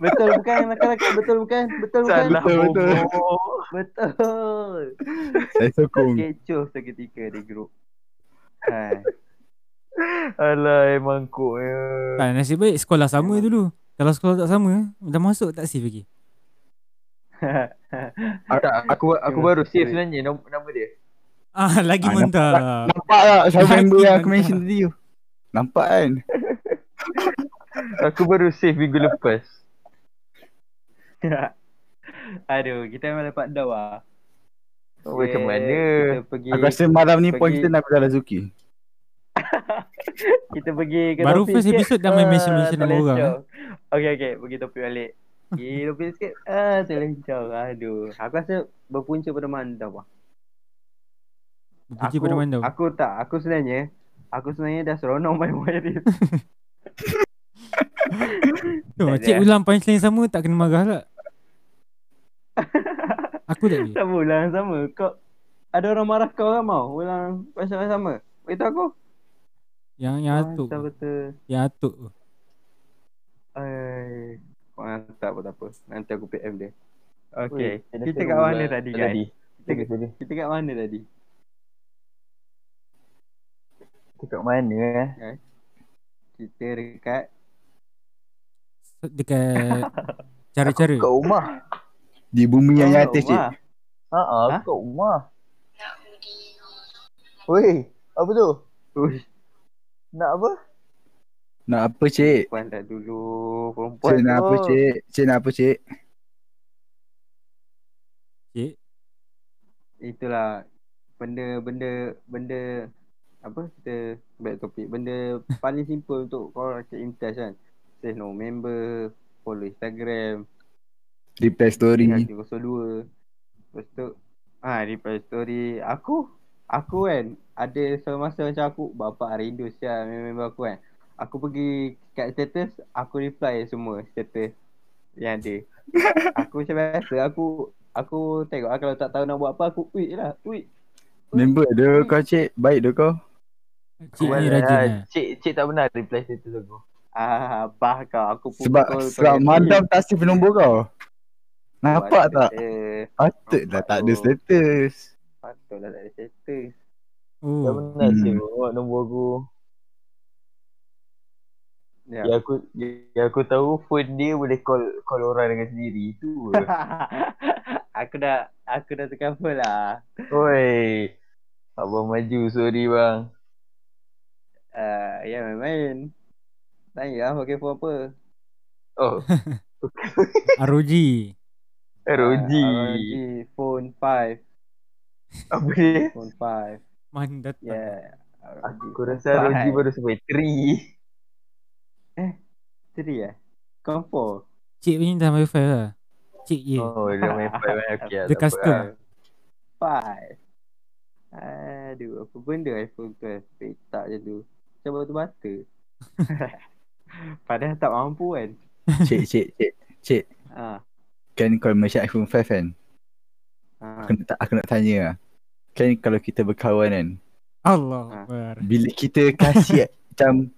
Speaker 3: Betul bukan rakan-rakan? Betul bukan? Betul bukan?
Speaker 5: Salah
Speaker 4: Betul, betul.
Speaker 5: bobo.
Speaker 3: Betul.
Speaker 4: Saya sokong.
Speaker 3: Kecoh seketika di group. Hai.
Speaker 5: Alah emang kok ya.
Speaker 1: Tak Ah, nasib baik sekolah sama dulu Kalau sekolah tak sama eh, Dah masuk tak save lagi
Speaker 5: Tak, aku aku
Speaker 3: Memang
Speaker 5: baru
Speaker 3: tak
Speaker 5: save
Speaker 3: boleh.
Speaker 5: sebenarnya nom- nama dia.
Speaker 1: Ah lagi
Speaker 4: Ah,
Speaker 1: mentah lah
Speaker 4: Nampak tak saya
Speaker 1: Lagi
Speaker 4: member yang aku
Speaker 1: mantap.
Speaker 4: mention tadi tu? Nampak kan?
Speaker 5: Aku baru save minggu lepas.
Speaker 3: Aduh, kita memang dapat down lah.
Speaker 5: Oh, macam mana?
Speaker 3: Kita pergi
Speaker 4: Aku rasa malam ni point
Speaker 3: Pergi.
Speaker 4: kita Nabila Razuki.
Speaker 3: kita pergi ke
Speaker 1: Baru
Speaker 3: topik
Speaker 1: first
Speaker 3: sikit.
Speaker 1: episode dah main
Speaker 3: Ah,
Speaker 1: mention-mention nama
Speaker 3: terlencong.
Speaker 1: orang, eh.
Speaker 3: Okey okey, pergi topik balik. Pergi topik sikit. Ah, terlencong. Aduh. Aku rasa berpunca pada mandau lah.
Speaker 1: Pergi
Speaker 3: Aku,
Speaker 1: pada mandau
Speaker 3: aku tak, aku sebenarnya Aku sebenarnya dah seronok main wireless
Speaker 1: Tu,
Speaker 3: tak
Speaker 1: Cik
Speaker 3: ada.
Speaker 1: ulang punchline sama tak kena marah lah Aku tak boleh
Speaker 3: Tak boleh sama Kau ada orang marah kau kan mau ulang pasal yang sama. Beritahu aku.
Speaker 1: Yang yang atuk.
Speaker 3: Mantap betul.
Speaker 1: Yang atuk. tu.
Speaker 3: Ai. Kau hantar pun tak apa. Nanti aku PM dia.
Speaker 5: Weh,
Speaker 3: Okay.
Speaker 5: dia
Speaker 3: kita
Speaker 5: suruh
Speaker 3: kat mana
Speaker 5: bulan
Speaker 3: tadi guys? Kita
Speaker 5: Tadi,
Speaker 3: kat,
Speaker 5: tadi.
Speaker 3: kita kat mana tadi?
Speaker 5: Kita kat mana eh?
Speaker 3: Kita dekat
Speaker 1: Dekat cara-cara.
Speaker 5: Kat rumah.
Speaker 4: Di bumi
Speaker 3: Oh,
Speaker 4: yang nyata cik.
Speaker 3: rumah.
Speaker 5: Ha ah,
Speaker 3: Ha?
Speaker 5: kat rumah. Weh, apa tu?
Speaker 3: Ui,
Speaker 5: Nak apa?
Speaker 4: Nak apa cik?
Speaker 3: pandai dulu perempuan.
Speaker 4: Cik nak
Speaker 3: tu.
Speaker 4: apa cik? Cik nak apa cik?
Speaker 1: Cik.
Speaker 3: Itulah benda benda benda apa kita back topic benda paling simple untuk korang cek imtiaz kan. Save no member, follow Instagram,
Speaker 4: Reply story.
Speaker 3: Hati 02 Lepas tu Ah, ha, reply story Aku Aku kan Ada semasa macam aku Bapak rindu siap member aku kan Aku pergi kat status Aku reply semua status Yang ada Aku macam biasa Aku Aku tengok lah kalau tak tahu nak buat apa Aku tweet je lah Tweet
Speaker 4: Member dia kau cik. Baik dia kau.
Speaker 1: Cik
Speaker 5: Well,
Speaker 1: ni rajin
Speaker 5: ah,
Speaker 1: lah.
Speaker 5: Cik, cik tak pernah reply status aku.
Speaker 3: Ah, bah kau Aku pun
Speaker 4: Sebab sebab madam tak save nombor kau. Nampak tak? Patutlah tak ada
Speaker 3: Nampak tu.
Speaker 4: status.
Speaker 3: Patutlah tak ada status
Speaker 5: Tak
Speaker 1: Oh.
Speaker 5: pernah
Speaker 4: Hmm.
Speaker 5: save awak nombor aku.
Speaker 3: Ya
Speaker 5: Yang aku yang aku tahu phone dia boleh call call orang dengan sendiri. Itu. je.
Speaker 3: Aku dah Aku dah tercover lah
Speaker 5: Oi. Abang maju, sorry bang.
Speaker 3: Uh, ya main-main. Tanya lah pakai phone apa.
Speaker 5: Oh,
Speaker 1: ROG.
Speaker 5: ROG.
Speaker 3: Ah, ROG phone 5.
Speaker 5: Apa dia?
Speaker 3: Phone Ya. 5.
Speaker 1: Man datang.
Speaker 3: Yeah. ROG.
Speaker 5: Aku rasa ROG
Speaker 3: Faham.
Speaker 5: baru sampai 3.
Speaker 3: 3 eh? Compo.
Speaker 1: Cik punya dah wifi lah. Cik ye.
Speaker 5: Oh, dia main 5 kan. Okay,
Speaker 1: Dia
Speaker 5: tak apa
Speaker 1: custom.
Speaker 5: lah.
Speaker 3: 5. Aduh, apa benda iPhone 12 petak je tu. Macam batu-bata. Padahal tak mampu kan.
Speaker 4: Cik cik cik. Cik.
Speaker 3: Ah,
Speaker 4: Kan kau macam iPhone 5 kan?
Speaker 3: ah.
Speaker 4: Aku nak, aku nak tanya lah. Kan kalau kita berkawan kan,
Speaker 1: Allah Akbar.
Speaker 4: bila kita kasih macam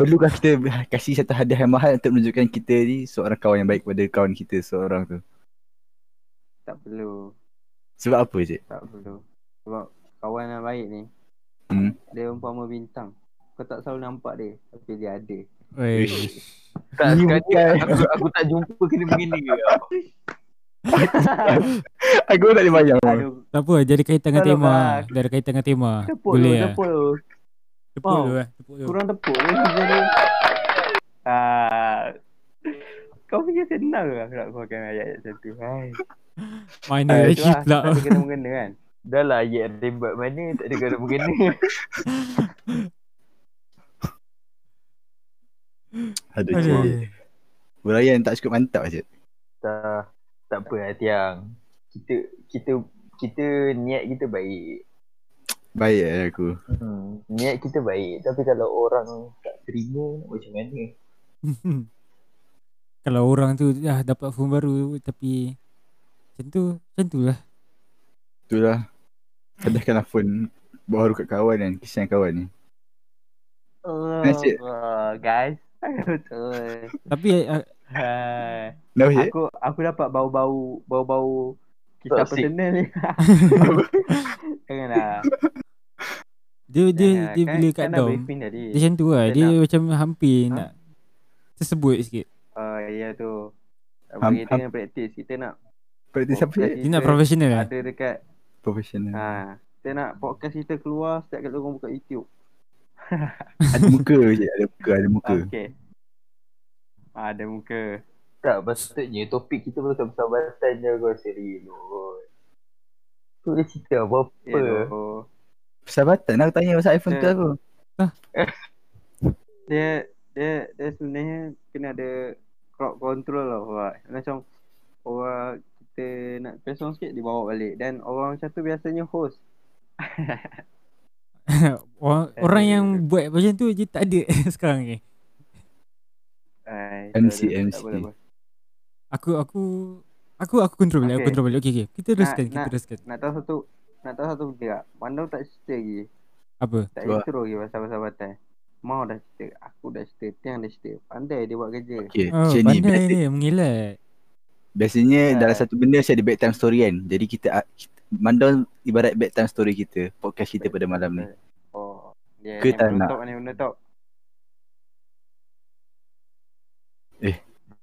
Speaker 4: perlukah kita kasih satu hadiah yang mahal untuk menunjukkan kita ni seorang kawan yang baik kepada kawan kita seorang tu.
Speaker 3: Tak perlu.
Speaker 4: Sebab apa cik?
Speaker 3: Tak perlu. Sebab kawan yang baik ni.
Speaker 4: Hmm.
Speaker 3: Dia umpama bintang. Kau tak selalu nampak dia. Tapi dia ada.
Speaker 1: Weh.
Speaker 5: Tak,
Speaker 4: Ni
Speaker 5: sekali
Speaker 4: bukan.
Speaker 5: aku, aku tak jumpa kena begini ke.
Speaker 4: Aku tak boleh bayang.
Speaker 3: Aduh,
Speaker 1: Tak apa, jadi kaitan dengan
Speaker 3: Kalau
Speaker 1: tema.
Speaker 3: dah-
Speaker 1: lah. Dah ada kaitan dengan tema.
Speaker 3: Tepuk
Speaker 1: Boleh
Speaker 3: tu,
Speaker 1: lah.
Speaker 3: tepuk tu.
Speaker 1: Tepuk
Speaker 3: Wow.
Speaker 1: tu lah. Tepuk tu.
Speaker 3: Kurang tepuk ni kita ni. Ah. Kau punya senang lah ke aku nak keluarkan ayat-ayat macam tu. Hai.
Speaker 1: Mana
Speaker 3: Ah,
Speaker 1: lagi
Speaker 3: tu lah,
Speaker 1: pula.
Speaker 3: Tak ada kena mengena kan.
Speaker 5: Dah lah ayat rembat mana tak ada kena mengena.
Speaker 4: Aduh
Speaker 1: Aduh.
Speaker 4: cik. Urayan tak cukup mantap cik.
Speaker 5: Tak, tak apa lah Tiang. Kita, kita, kita niat kita baik.
Speaker 4: Baik eh, aku.
Speaker 5: Hmm, niat kita baik. Tapi kalau orang tak terima nak macam mana?
Speaker 1: Kalau orang tu dah dapat phone baru tapi macam tu, macam tu lah.
Speaker 4: Itulah. Kadahkanlah phone baru kat kawan kan, kesian kawan ni. Nasib.
Speaker 3: Allah, guys. Betul.
Speaker 1: Tapi uh,
Speaker 3: Hai.
Speaker 4: Kenapa cik?
Speaker 3: Aku aku dapat bau-bau bau-bau kisah
Speaker 5: Toxic.
Speaker 3: personal ni. Janganlah.
Speaker 1: dia dia
Speaker 3: Jangan.
Speaker 1: dia
Speaker 3: Kan-
Speaker 1: bila kat
Speaker 3: kan dah
Speaker 1: dom,
Speaker 3: briefing tadi.
Speaker 1: dia macam tu lah.
Speaker 3: Dia
Speaker 1: Dia
Speaker 3: nak-
Speaker 1: macam hampir
Speaker 3: Ha?
Speaker 1: nak tersebut sikit.
Speaker 3: Oh, ya tu.
Speaker 4: Ham-
Speaker 3: Bagi
Speaker 4: ham-
Speaker 3: kita nak praktis. Kita nak
Speaker 4: Praktis apa cik?
Speaker 1: Dia nak professional lah.
Speaker 3: ada dekat
Speaker 4: Professional.
Speaker 3: ha, kita nak podcast kita keluar setiap kali orang buka YouTube.
Speaker 4: Ada muka cik, ada muka, ada muka.
Speaker 3: Okey. Ah, ada muka.
Speaker 5: Tak, patutnya topik kita pasal persahabatan je kau sendiri dulu. Tu dia cerita apa-apa.
Speaker 3: Ya,
Speaker 4: Persahabatan aku tanya pasal iPhone
Speaker 3: Eh.
Speaker 4: tu apa?
Speaker 3: dia dia dia sebenarnya kena ada crowd control lah buat. Macam orang kita nak pesong sikit dibawa balik dan orang macam tu biasanya host.
Speaker 1: orang, orang yang buat macam tu je tak ada sekarang ni.
Speaker 3: Ay,
Speaker 4: MC, MC.
Speaker 1: Aku aku aku aku kontrol balik, aku
Speaker 3: Okay.
Speaker 1: kontrol balik. Okey okey. Kita teruskan, kita
Speaker 3: nak-
Speaker 1: teruskan.
Speaker 3: Nak tahu satu Nak tahu satu benda tak? Mana tak cerita lagi.
Speaker 1: Apa?
Speaker 3: Tak
Speaker 4: Cuba.
Speaker 3: intro lagi pasal persahabatan. Mau dah cerita. Aku dah cerita. Tiang dah cerita. Pandai dia buat kerja.
Speaker 4: Okay,
Speaker 1: Oh,
Speaker 4: macam ni.
Speaker 1: pandai
Speaker 4: Biasa,
Speaker 1: dia mengilat.
Speaker 4: biasanya
Speaker 3: Ah.
Speaker 4: dalam satu benda saya ada bedtime story kan. Jadi kita, ah, kita Mandon ibarat bedtime story kita, podcast kita pada malam ni.
Speaker 3: Oh. Dia
Speaker 4: Ke
Speaker 3: ni
Speaker 4: tak nak?
Speaker 3: menutup ni menutup.
Speaker 4: Eh.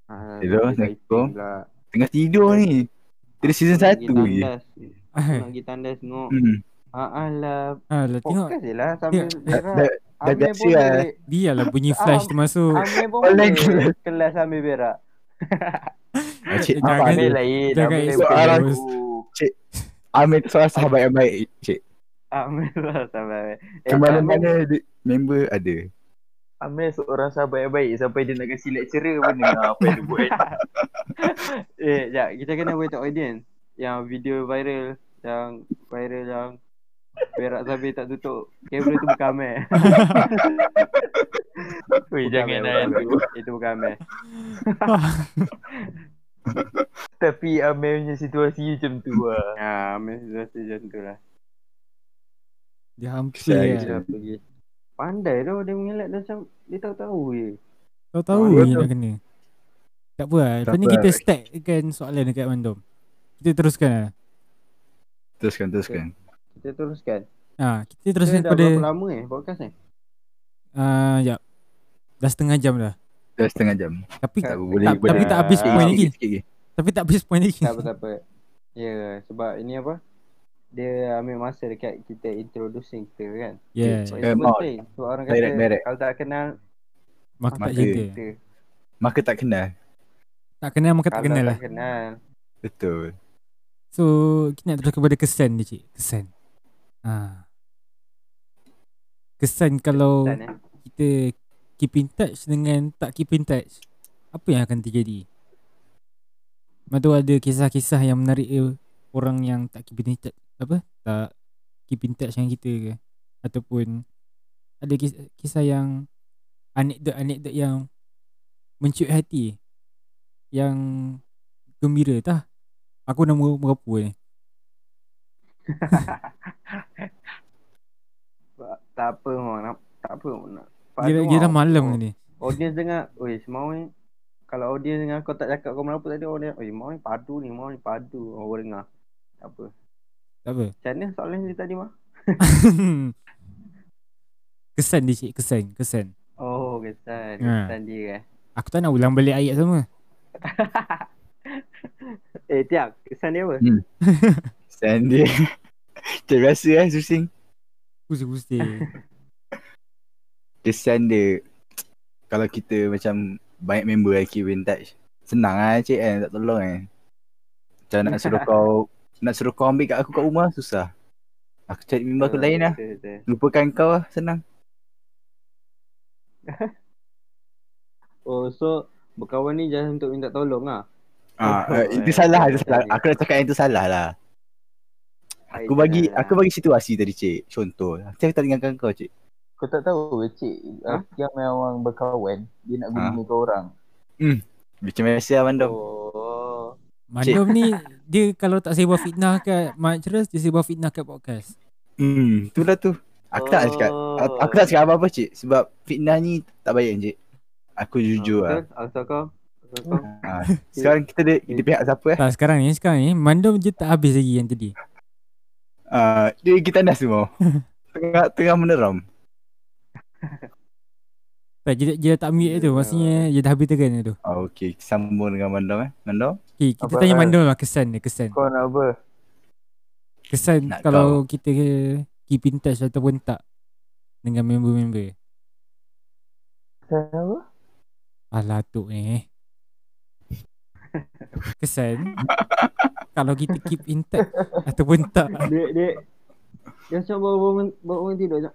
Speaker 3: Ah,
Speaker 4: Hello,
Speaker 3: dia baik
Speaker 4: Assalamualaikum.
Speaker 3: pula.
Speaker 4: Tengah tidur ni. Dari season
Speaker 3: Aku nak pergi
Speaker 4: 1 lagi.
Speaker 3: tandas. Aku Nak
Speaker 1: Ah,
Speaker 3: pergi tandas tengok.
Speaker 4: Hmm.
Speaker 3: Ah, alah.
Speaker 1: lah tengok.
Speaker 3: Podcast je lah sambil berak.
Speaker 4: Dah, dah
Speaker 3: Amir
Speaker 4: biasa lah.
Speaker 3: boleh.
Speaker 1: Biarlah bunyi flash tu masuk.
Speaker 3: Amir pun
Speaker 4: Online
Speaker 3: boleh kelas ambil berak.
Speaker 4: Ah, Cik,
Speaker 1: Jangan-
Speaker 4: apa
Speaker 3: Amir
Speaker 4: Amir?
Speaker 3: lain.
Speaker 1: jangan
Speaker 3: Amir lain
Speaker 1: expose.
Speaker 3: boleh.
Speaker 4: Amir tu seorang sahabat yang baik, Cik.
Speaker 3: Amir lah sampai.
Speaker 4: Ke mana-mana dia- member ada.
Speaker 5: Amir seorang sahabat yang baik sampai dia nak kasi lecturer pun dengar apa yang dia buat.
Speaker 3: Eh, jap. Kita kena wait untuk audience. Yang video viral. Yang viral yang berak sampai tak tutup. Kamera tu bukan Amir.
Speaker 5: Weh jangan lah.
Speaker 3: Bukan Amir, bukan Amir. Itu bukan Amir.
Speaker 5: Tapi Amir punya situasi macam tu lah.
Speaker 3: Ha, Amir rasa macam tu lah.
Speaker 1: Dia hampir
Speaker 4: Saya
Speaker 1: lah.
Speaker 3: Dia pergi. Pandai tu dia mengelak dia macam dia tahu-tahu je.
Speaker 1: Tahu-tahu
Speaker 4: Betul.
Speaker 1: je nak kena. Tak apa lah. Lepas
Speaker 4: Tak
Speaker 1: ni
Speaker 4: apa.
Speaker 1: kita stackkan soalan dekat Mandom. Kita teruskan lah.
Speaker 4: Teruskan, teruskan.
Speaker 3: Kita teruskan.
Speaker 1: Ha, kita
Speaker 3: Kita
Speaker 1: teruskan
Speaker 3: dah
Speaker 1: kepada
Speaker 3: berapa lama eh podcast ni?
Speaker 1: ah jap. Dah setengah jam dah.
Speaker 4: Dah setengah jam.
Speaker 1: Tapi
Speaker 4: Tak
Speaker 3: Tak-
Speaker 4: boleh.
Speaker 1: tak- tapi
Speaker 4: boleh.
Speaker 1: tak habis
Speaker 4: Sikit,
Speaker 1: point lagi.
Speaker 4: sikit, sikit.
Speaker 1: tapi tak habis point lagi.
Speaker 3: Tak apa tak apa. Ya, yeah, sebab ini apa? Dia ambil masa dekat kita introducing kita kan.
Speaker 1: Yeah.
Speaker 3: So,
Speaker 4: Okey.
Speaker 3: it's
Speaker 4: Eh, Maud.
Speaker 3: penting. Sebab orang kata
Speaker 4: Direct-direct.
Speaker 3: kalau tak kenal
Speaker 1: Maka tak
Speaker 4: Maka-
Speaker 1: cinta.
Speaker 3: kita.
Speaker 4: Maka tak kenal.
Speaker 1: Tak kenal maka tak
Speaker 3: Kalau
Speaker 1: kenal lah.
Speaker 3: tak kenal.
Speaker 4: Betul.
Speaker 1: So kita nak terus kepada kesan dia cik. Kesan. Ha. Kesan kalau
Speaker 3: Dan, eh.
Speaker 1: kita keep in touch dengan tak keep in touch. Apa yang akan terjadi? Madu ada kisah-kisah yang menarik ke orang yang tak keep in touch apa? Tak keep in touch dengan kita ke? Ataupun ada kisah, kisah yang anekdot-anekdot yang mencuit hati yang gembira tah aku nombor berapa ni
Speaker 3: Tak apa Mak. Nak- Tak apa Mak. Nak- Lepas
Speaker 1: dia,
Speaker 3: tu,
Speaker 1: dia
Speaker 3: Mak,
Speaker 1: dah malam ni
Speaker 3: Audience dengar. Oi, semau ni. Kalau audience dengar kau tak cakap kau merapu tadi orang dia. Oi, mau ni padu ni, mau ni padu. Orang dengar. Tak apa.
Speaker 1: tak apa
Speaker 3: Macam mana soalan dia tadi mah?
Speaker 1: kesan dia cik kesan kesan
Speaker 3: Oh, kesan.
Speaker 1: Ha.
Speaker 3: Kesan dia eh.
Speaker 1: Aku tak nak ulang balik ayat sama
Speaker 3: Eh, Tiang. Kesan dia apa?
Speaker 4: Stand dia. Macam biasa eh, Susing.
Speaker 1: Pusing-pusing
Speaker 4: Kesan dia. Kalau kita macam banyak member yang keep in touch. Senang lah cik kan. Tak tolong kan. Macam nak suruh kau. Nak suruh kau ambil kat aku kat rumah susah. Aku cari member aku lain lah.
Speaker 3: Betul, betul.
Speaker 4: Lupakan kau lah. Senang.
Speaker 3: Oh, so berkawan ni just untuk minta tolong lah.
Speaker 4: Ah,
Speaker 3: Oh,
Speaker 4: eh, itu
Speaker 3: eh,
Speaker 4: salah,
Speaker 3: betul,
Speaker 4: itu salah.
Speaker 3: betul.
Speaker 4: Aku dah cakap yang itu salah lah. Aku bagi aku bagi situasi tadi cik. Contoh. Nanti aku tak dengarkan kau cik.
Speaker 5: Kau tak tahu ke cik
Speaker 3: Ha?
Speaker 5: ha? yang memang berkawan dia nak
Speaker 4: Ha?
Speaker 5: guna kau orang.
Speaker 4: Macam biasa lah Mandom.
Speaker 3: Oh.
Speaker 1: Mandom ni Dia kalau tak sebar fitnah kat Matras Dia sebar fitnah kat podcast
Speaker 4: Hmm, itulah tu. Aku tak nak cakap.
Speaker 3: Oh.
Speaker 4: Aku, aku tak cakap apa-apa cik sebab fitnah ni tak baik cik. Aku jujur
Speaker 3: Ah,
Speaker 4: lah.
Speaker 3: betul. Asal kau. Asal kau.
Speaker 4: Ha. Sekarang kita di, di pihak siapa eh?
Speaker 1: Tak sekarang ni Sekarang ni Mandom je tak habis lagi yang tadi
Speaker 4: Uh, dia kita dah semua. Tengah tengah meneram.
Speaker 1: tak, dia, dia tak mute tu Maksudnya Dia dah habis tekan tu
Speaker 4: Oh, okay, sambung dengan Mandom eh. Mandom?
Speaker 1: okay, Kita
Speaker 5: Apa
Speaker 1: tanya
Speaker 5: hal?
Speaker 1: Mandom lah Kesan dia kesan
Speaker 5: Kau nak apa?
Speaker 1: Kesan
Speaker 4: Nak
Speaker 1: kalau kita Keep in touch ataupun tak Dengan member-member
Speaker 5: Kau nak apa?
Speaker 1: Alah tu ni Kesan Kalau kita keep in touch Ataupun tak
Speaker 3: Dia dia dia macam baru baru men- baru bangun tidur macam.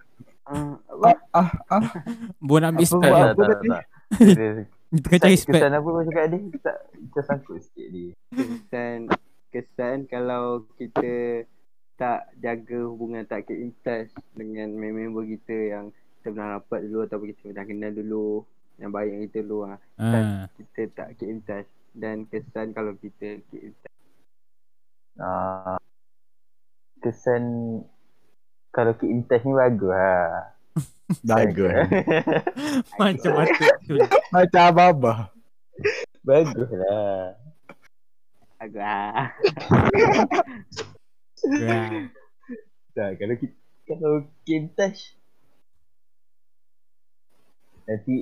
Speaker 3: Ah, apa?
Speaker 4: Ah, ah, ah.
Speaker 1: Buat nak ambil
Speaker 4: Apa
Speaker 1: spell
Speaker 4: buat?
Speaker 5: Tak, tak, tak.
Speaker 1: Kita kena cari spell
Speaker 5: Kesan apa kau cakap dia? Tak, kita sangkut sikit dia.
Speaker 3: Kesan kesan kalau kita tak jaga hubungan tak keep in touch dengan member kita yang kita pernah rapat dulu atau kita pernah kenal dulu yang baik yang kita dulu ah.
Speaker 1: Ah.
Speaker 3: Kita tak keep in touch dan kesan kalau kita keep in touch.
Speaker 5: Ah, kesan kalau kick intense ni bagus lah.
Speaker 4: Bagus. eh.
Speaker 1: Macam mata tu.
Speaker 4: Macam abah.
Speaker 5: bagus lah.
Speaker 3: Agak. ah,
Speaker 1: Right.
Speaker 5: Tak, kalau kita kalau game touch nanti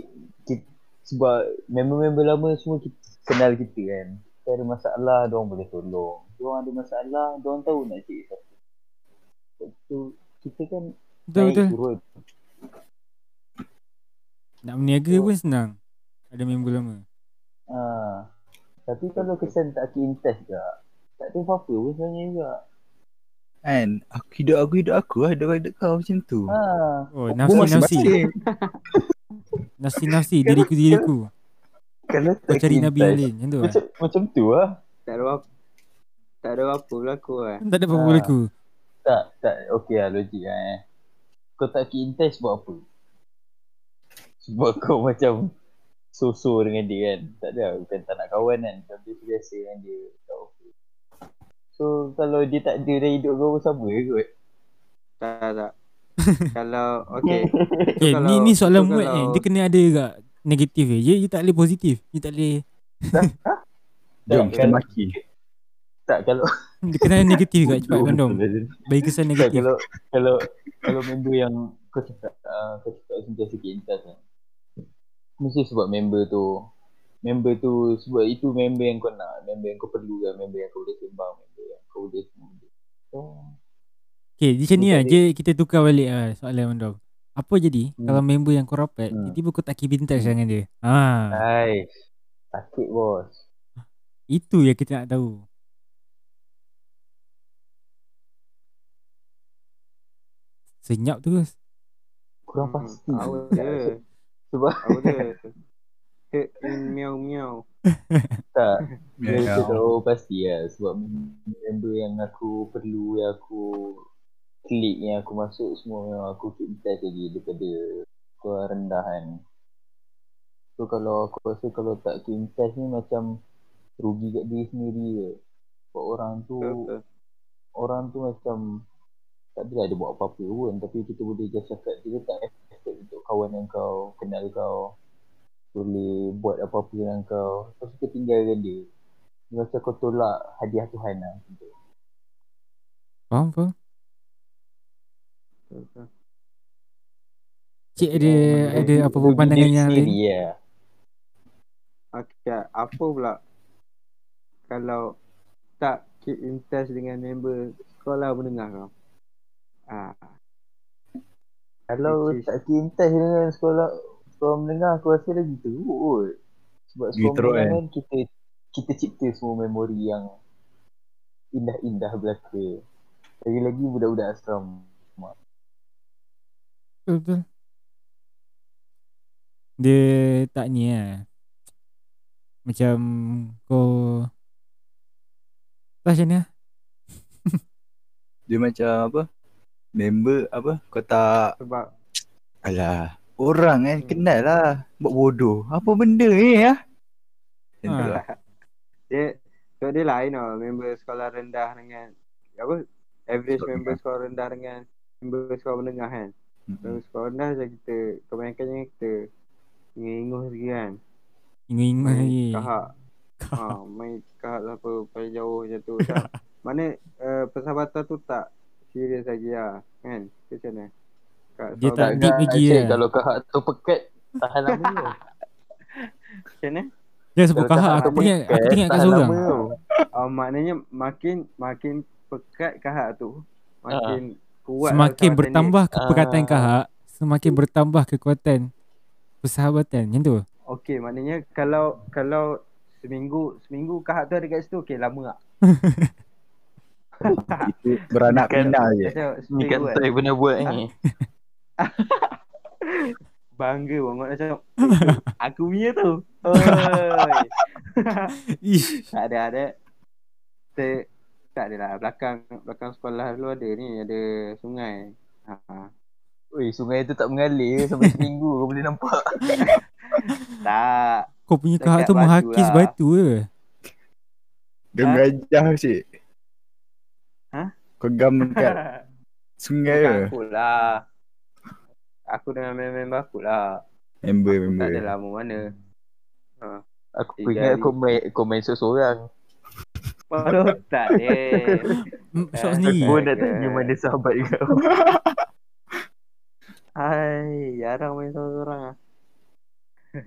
Speaker 5: kita, sebab member-member lama semua kita kenal kita kan. Kita ada masalah, diorang boleh tolong. Diorang ada masalah, diorang tahu nak cari siapa. Lepas tu kita kan
Speaker 1: Betul
Speaker 5: naik
Speaker 1: betul.
Speaker 5: turun.
Speaker 1: Nak berniaga pun senang. Ada member lama.
Speaker 5: Ha. Tapi kalau kesan tak key intense tak, tak ada apa-apa pun sebenarnya juga.
Speaker 4: Kan aku hidup aku hidup aku lah hidup, hidup kau macam tu.
Speaker 3: Ah.
Speaker 5: Ha.
Speaker 1: Oh,
Speaker 4: Buat
Speaker 1: nafsi-nafsi.
Speaker 4: masing-masing.
Speaker 1: Nafsi-nafsi diriku-diriku.
Speaker 5: Kalau
Speaker 1: Kau
Speaker 5: tak
Speaker 1: cari
Speaker 5: key
Speaker 1: Nabi
Speaker 5: intense,
Speaker 1: yang lain macam tu lah.
Speaker 5: Macam, macam tu lah.
Speaker 3: Tak ada apa. Tak ada apa berlaku lah.
Speaker 1: Tak ada apa-apa
Speaker 5: Ah.
Speaker 1: aku.
Speaker 5: Tak, tak. Okey lah logik lah eh. Kau tak key intense buat apa? Sebab kau macam so-so dengan dia kan. Tak ada lah, bukan tak nak kawan kan. Macam dia biasa dengan dia. Tak apa. So kalau dia tak ada dalam hidup kau pun sama je kot.
Speaker 3: Tak tak. Kalau okay.
Speaker 1: Eh,
Speaker 3: So,
Speaker 1: ni
Speaker 3: kalau-
Speaker 1: ni soalan
Speaker 3: so,
Speaker 1: mood eh.
Speaker 3: kalau-
Speaker 1: Dia kena ada juga negatif eh. Dia, dia tak boleh positif. Dia tak boleh
Speaker 4: Jom
Speaker 5: Tak,
Speaker 4: kita
Speaker 5: kalau-
Speaker 4: maki.
Speaker 5: Tak kalau
Speaker 1: dia kena ada negatif juga cepat random. Bagi kesan
Speaker 5: Tak,
Speaker 1: negatif.
Speaker 5: Kan, kalau kalau kalau member yang kau cakap uh, kau cakap sentiasa sikit intas kan. Mesti sebab member tu member tu sebab itu member yang kau nak, member yang kau perlu kan, member yang kau boleh sembang, member yang kau boleh Oh, semua. benda. So,
Speaker 1: Okay, dia macam ni lah.
Speaker 5: Jadi-
Speaker 1: Dia, kita tukar balik lah soalan random. Apa jadi
Speaker 5: Hmm.
Speaker 1: kalau member yang kau rapat,
Speaker 5: Hmm.
Speaker 1: tiba-tiba kau tak kibin touch dengan dia? Ha,
Speaker 5: hai. Sakit bos.
Speaker 1: itu yang kita nak tahu. Senyap terus.
Speaker 5: Kurang
Speaker 3: Hmm,
Speaker 5: pasti.
Speaker 3: Awal
Speaker 5: Tak,
Speaker 3: dia.
Speaker 5: Sebab
Speaker 3: Awal dia. Ke- Miau miau.
Speaker 5: tak.
Speaker 4: Ya,
Speaker 5: Dia
Speaker 4: ya.
Speaker 5: tahu pasti lah sebab member yang aku perlu yang aku klik yang aku masuk semua memang aku keep in touch lagi daripada kau rendah kan. So kalau aku rasa kalau tak keep in touch ni macam rugi kat diri sendiri je. Sebab orang tu
Speaker 3: Betul.
Speaker 5: orang tu macam tak adalah dia buat apa-apa pun tapi kita boleh just cakap dia tak effort untuk kawan yang kau kenal kau boleh buat apa-apa dengan kau lepas tu kau tinggalkan dia dia macam kau tolak hadiah Tuhan lah macam tu.
Speaker 1: Faham, faham?
Speaker 3: betul.
Speaker 1: Cik ada ada
Speaker 5: Rugi-
Speaker 1: apa-apa
Speaker 5: rugi
Speaker 1: pandangan
Speaker 5: diri
Speaker 1: yang
Speaker 5: sendiri,
Speaker 1: lain?
Speaker 5: ya.
Speaker 3: Okay, apa pula kalau tak keep in touch dengan member sekolah menengah kau? Ah,
Speaker 5: kalau
Speaker 3: Which is-
Speaker 5: tak keep in touch dengan sekolah sekolah menengah aku rasa lagi teruk kot sebab
Speaker 4: Lagi
Speaker 5: sekolah
Speaker 4: teruk,
Speaker 5: menengah
Speaker 4: eh.
Speaker 5: kan kita kita cipta semua memori yang indah-indah belaka lagi-lagi budak-budak asrama
Speaker 1: Betul, betul. Dia tak ni lah. Macam kau... Tak macam ni lah.
Speaker 4: Dia macam apa? Member apa? Kau tak
Speaker 3: sebab
Speaker 4: alah. Orang kan kenal lah. Buat bodoh. Apa benda ni ya? Macam tu
Speaker 1: Ah.
Speaker 4: lah.
Speaker 3: dia sebab dia lain tau member sekolah rendah dengan apa average
Speaker 4: Sekolah
Speaker 3: member
Speaker 4: rendah.
Speaker 3: sekolah rendah dengan member sekolah menengah kan.
Speaker 4: Mm-mm.
Speaker 3: Member sekolah rendah macam kita kebanyakannya kita ingus lagi kan.
Speaker 1: Ingat-ingat
Speaker 3: Main
Speaker 1: lagi.
Speaker 3: Hmm, Kahak. Ha, main kahak lah apa paling jauh macam tu. Tak. Mana uh, persahabatan tu tak serius lagi lah kan. Ke Macam mana? Kat
Speaker 1: Dia
Speaker 3: Sarawak
Speaker 1: tak
Speaker 3: kan?
Speaker 1: deep lagi
Speaker 5: Cik,
Speaker 1: lah.
Speaker 5: Kalau kahak tu pekat Tahan lama tu
Speaker 3: Macam mana?
Speaker 1: Dia sebut
Speaker 5: Kalau
Speaker 1: kahak.
Speaker 5: tak
Speaker 1: Aku
Speaker 5: ada
Speaker 1: teringat, aku
Speaker 5: podcast,
Speaker 1: teringat kat
Speaker 5: tak ada
Speaker 1: seorang.
Speaker 5: nama.
Speaker 3: Oh. Uh, maknanya makin makin pekat kahak tu makin kuat lah
Speaker 1: Semakin
Speaker 3: persahabatan
Speaker 1: bertambah
Speaker 5: Ah.
Speaker 1: kepekatan kahak, semakin bertambah kekuatan persahabatan. Macam tu?
Speaker 3: dia. Okey, maknanya kalau kalau seminggu seminggu kahak tu ada kat situ okey lama lah. tak?
Speaker 4: Itu beranak
Speaker 5: Bukan-
Speaker 4: pindah je.
Speaker 3: Macam
Speaker 5: Ya. Ni
Speaker 3: seminggu
Speaker 5: kat
Speaker 3: kan.
Speaker 5: Toy pernah buat ni
Speaker 3: Bangga banget macam "Eh, tu, aku punya tu. Oi.
Speaker 1: Ish.
Speaker 3: tak ada ada. Ter, tak ada lah belakang belakang sekolah dulu ada ni ada sungai. Ha.
Speaker 5: Ui, sungai tu tak mengalir Sampai seminggu kau boleh nampak
Speaker 3: Tak.
Speaker 1: Kau punya
Speaker 3: Dekat
Speaker 1: kahak tu
Speaker 3: batu
Speaker 1: menghakis
Speaker 3: lah.
Speaker 1: batu ke? Hmm,
Speaker 4: Dia mengajah cik.
Speaker 3: Hah?
Speaker 4: Kau Kau gam
Speaker 5: Kan?
Speaker 4: dekat sungai ke?
Speaker 3: Bukan aku lah. Aku dengan member-member aku lah.
Speaker 4: Member
Speaker 3: Aku tak ada lah.
Speaker 4: member.
Speaker 3: lama mana. Ha.
Speaker 5: Aku
Speaker 3: Tiga
Speaker 5: ingat
Speaker 3: hari.
Speaker 5: kau main, kau main seorang
Speaker 3: Baru tak eh.
Speaker 1: Hmm, Syok
Speaker 3: Eh,
Speaker 1: sendiri.
Speaker 3: Iya
Speaker 5: Aku nak
Speaker 3: ke?
Speaker 5: tanya mana sahabat kau
Speaker 3: Hai, jarang main seorang-seorang lah.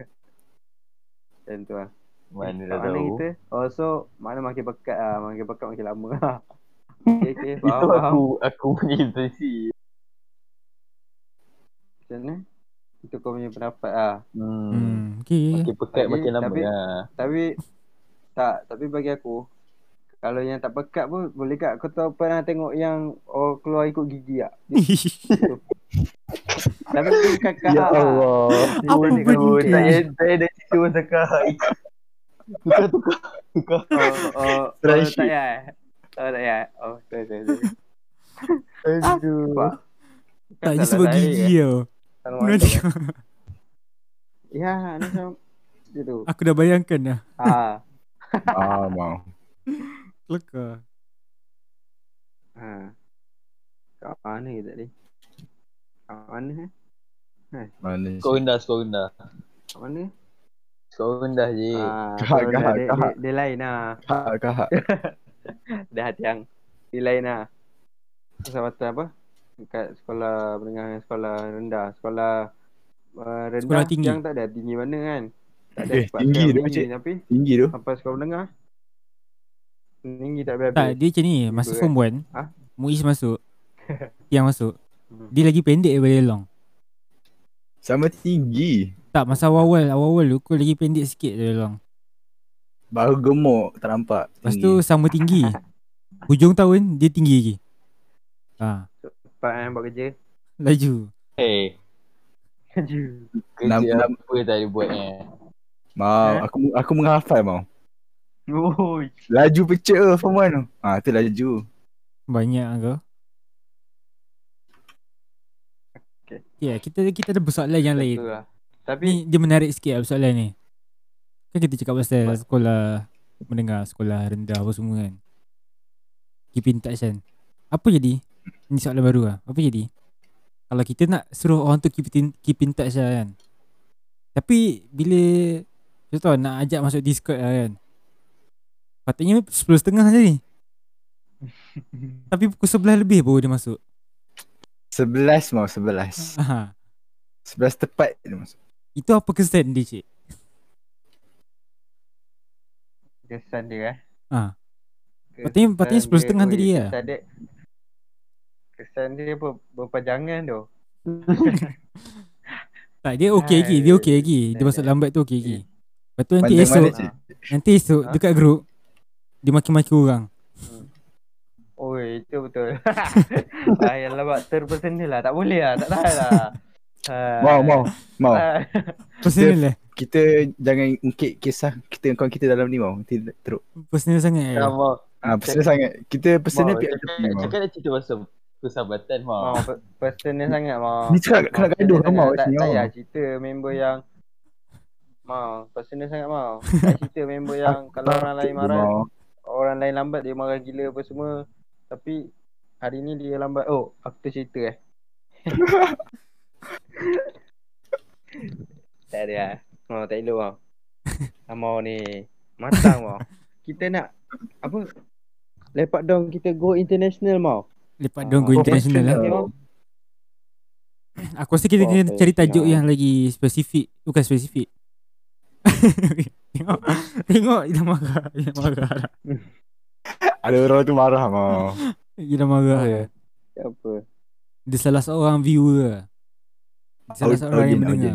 Speaker 3: Macam tu lah.
Speaker 5: Mana
Speaker 3: Kat
Speaker 5: dah tahu
Speaker 3: kita? Oh, so mana makin pekat lah. Makin pekat makin lama lah. Okay, okay. Faham,
Speaker 5: Itu
Speaker 3: faham.
Speaker 5: aku Aku punya intensi
Speaker 3: Macam mana? Itu kau punya pendapat lah.
Speaker 5: Hmm
Speaker 1: Hmm, okay.
Speaker 5: Makin pekat
Speaker 3: Tapi-
Speaker 5: makin lama
Speaker 3: tapi-
Speaker 5: lah
Speaker 3: Tapi tak, tapi bagi aku kalau yang tak pekat pun boleh kat kau tahu pernah tengok yang oh keluar ikut gigi tak? Tapi tu bukan kahak.
Speaker 5: Ya
Speaker 3: lah.
Speaker 5: Allah
Speaker 1: Apa
Speaker 5: Tuan
Speaker 1: benda
Speaker 5: aku,
Speaker 1: ni?
Speaker 5: Tak payah tak payah dah cerita pasal kau Tukar tukar Tukar
Speaker 3: Oh, oh, oh,
Speaker 4: Friendship.
Speaker 3: tak ya. Oh tak ya. Oh, sorry, sorry. sorry.
Speaker 5: Aduh
Speaker 3: Apa? Bukan
Speaker 1: Tak je
Speaker 3: salah
Speaker 1: sebab
Speaker 3: saya.
Speaker 1: gigi tau. Nanti
Speaker 3: Assalamualaikum. Ya, ni macam gitu.
Speaker 1: aku dah bayangkan dah.
Speaker 3: Ha.
Speaker 4: Ah, mau.
Speaker 1: Kelakar.
Speaker 3: Ha. Kat mana kita tadi? Kat mana eh?
Speaker 4: Mana
Speaker 5: Kau rendah Kau rendah
Speaker 3: Kat mana?
Speaker 5: Kau rendah
Speaker 4: Eh,
Speaker 5: je
Speaker 3: Ah,
Speaker 4: Kahak,
Speaker 3: kalau
Speaker 4: kahak,
Speaker 3: dia, dia,
Speaker 4: kahak.
Speaker 3: dia, dia lain lah.
Speaker 4: Kahak, kahak.
Speaker 3: Dah hati yang Dia lain lah Persahabatan apa Dekat sekolah menengah dengan sekolah rendah Sekolah uh, rendah
Speaker 1: Sekolah tinggi.
Speaker 3: Yang tak ada tinggi mana kan Tak ada
Speaker 4: Eh,
Speaker 3: sebab
Speaker 4: tinggi
Speaker 3: tak
Speaker 4: dia,
Speaker 3: tinggi,
Speaker 4: Cik.
Speaker 3: Tapi
Speaker 4: Tinggi tu.
Speaker 3: sampai sekolah menengah Tinggi tak berapa
Speaker 1: Tak, dia macam ni. Masa
Speaker 3: Tiba,
Speaker 1: form 1,
Speaker 3: Ha?
Speaker 1: Muiz masuk. Yang masuk.
Speaker 3: Hmm.
Speaker 1: Dia lagi pendek daripada long.
Speaker 4: Sama tinggi.
Speaker 1: Tak, masa awal-awal, awal-awal tu kau lagi pendek sikit daripada long.
Speaker 4: Baru gemuk, tak nampak.
Speaker 1: Lepas
Speaker 4: Tinggi.
Speaker 1: tu sama tinggi. Hujung tahun dia tinggi lagi. Ha,
Speaker 3: Cepat kan buat kerja
Speaker 1: laju.
Speaker 5: Eh
Speaker 3: Kerja
Speaker 5: Kerja
Speaker 4: Enam-
Speaker 5: apa tak ada buat eh
Speaker 4: mau,
Speaker 3: Eh?
Speaker 4: aku aku menghafal mau.
Speaker 3: Oi
Speaker 4: Laju pecah lah form 1 tu. Ah, tu laju.
Speaker 1: Banyak lah kau.
Speaker 3: Okay.
Speaker 1: Ya, yeah, kita kita ada persoalan yang lain.
Speaker 3: Betul lah Tapi
Speaker 1: Ni dia menarik sikit lah persoalan ni. Kan kita cakap pasal sekolah menengah, sekolah rendah apa semua kan. Keep in touch kan. Apa jadi? Ni soalan baru lah. Apa jadi? Kalau kita nak suruh orang tu keep in, keep in touch lah kan. Tapi bila contoh nak ajak masuk Discord lah kan. Patutnya 10.30 je ni. Tapi pukul 11 lebih baru dia masuk.
Speaker 4: Sebelas mau, sebelas.
Speaker 1: Ha.
Speaker 4: Sebelas tepat dia masuk.
Speaker 1: Itu apa kesan dia cik?
Speaker 3: Kesan dia eh
Speaker 1: Ah.
Speaker 3: Kesan
Speaker 1: Patutnya- patutnya 10.30 tadi
Speaker 3: dia- oi,
Speaker 1: lah.
Speaker 3: Kesan dia Kesan dia ber, berpanjangan tu
Speaker 1: Tak dia okey lagi, dia okey lagi. Dia masuk lambat tu okey lagi. Lepas tu nanti
Speaker 4: Pandang
Speaker 1: esok
Speaker 4: mana cik?
Speaker 1: Nanti esok
Speaker 3: Ha?
Speaker 1: dekat grup Dia maki-maki orang
Speaker 3: Oi, itu betul. ah, yang lawak terpersonal lah. Tak boleh lah. Tak tahan lah. Ah,
Speaker 4: Mau, mau, mau.
Speaker 3: ah,
Speaker 1: Personal lah
Speaker 4: Kita jangan ungkit kisah kita kawan kita dalam ni mau. Nanti teruk.
Speaker 1: Personal sangat eh.
Speaker 5: Tak mau
Speaker 4: Ah, personal sangat. Kita personal
Speaker 5: Mau,
Speaker 4: pihak
Speaker 5: cakap-
Speaker 4: tepi mau.
Speaker 5: Cakap nak cerita pasal Persahabatan
Speaker 3: mau
Speaker 5: Mau
Speaker 3: per- personal sangat mau.
Speaker 4: Ni cakap kena
Speaker 3: Mau,
Speaker 4: gaduh kau
Speaker 3: personal
Speaker 4: mau
Speaker 3: sangat.
Speaker 4: sini
Speaker 3: Tak, tak
Speaker 4: mau.
Speaker 3: payah cerita member yang mau. Personal sangat mau. Tak cerita member yang kalau orang lain marah,
Speaker 4: Mau.
Speaker 3: orang lain lambat dia marah gila apa semua. Tapi hari ni dia lambat. Oh, aku tercerita eh. tak ada lah. Oh, tak elok lah. Amau ni. Matang lah. Kita nak apa? Lepak dong kita go international mau.
Speaker 1: Lepak dong go
Speaker 3: Ah,
Speaker 1: international lah
Speaker 4: professional.
Speaker 1: Aku rasa kita kena
Speaker 5: Professional.
Speaker 1: cari tajuk yang lagi spesifik Bukan spesifik Tengok Tengok dia dah marah Dia dah marah dah.
Speaker 4: Ada orang tu marah mau.
Speaker 1: Dia dah marah dah.
Speaker 3: Tak apa.
Speaker 1: Dia salah seorang viewer lah. Dia salah
Speaker 4: Aud-
Speaker 1: seorang yang
Speaker 4: audience,
Speaker 1: mendengar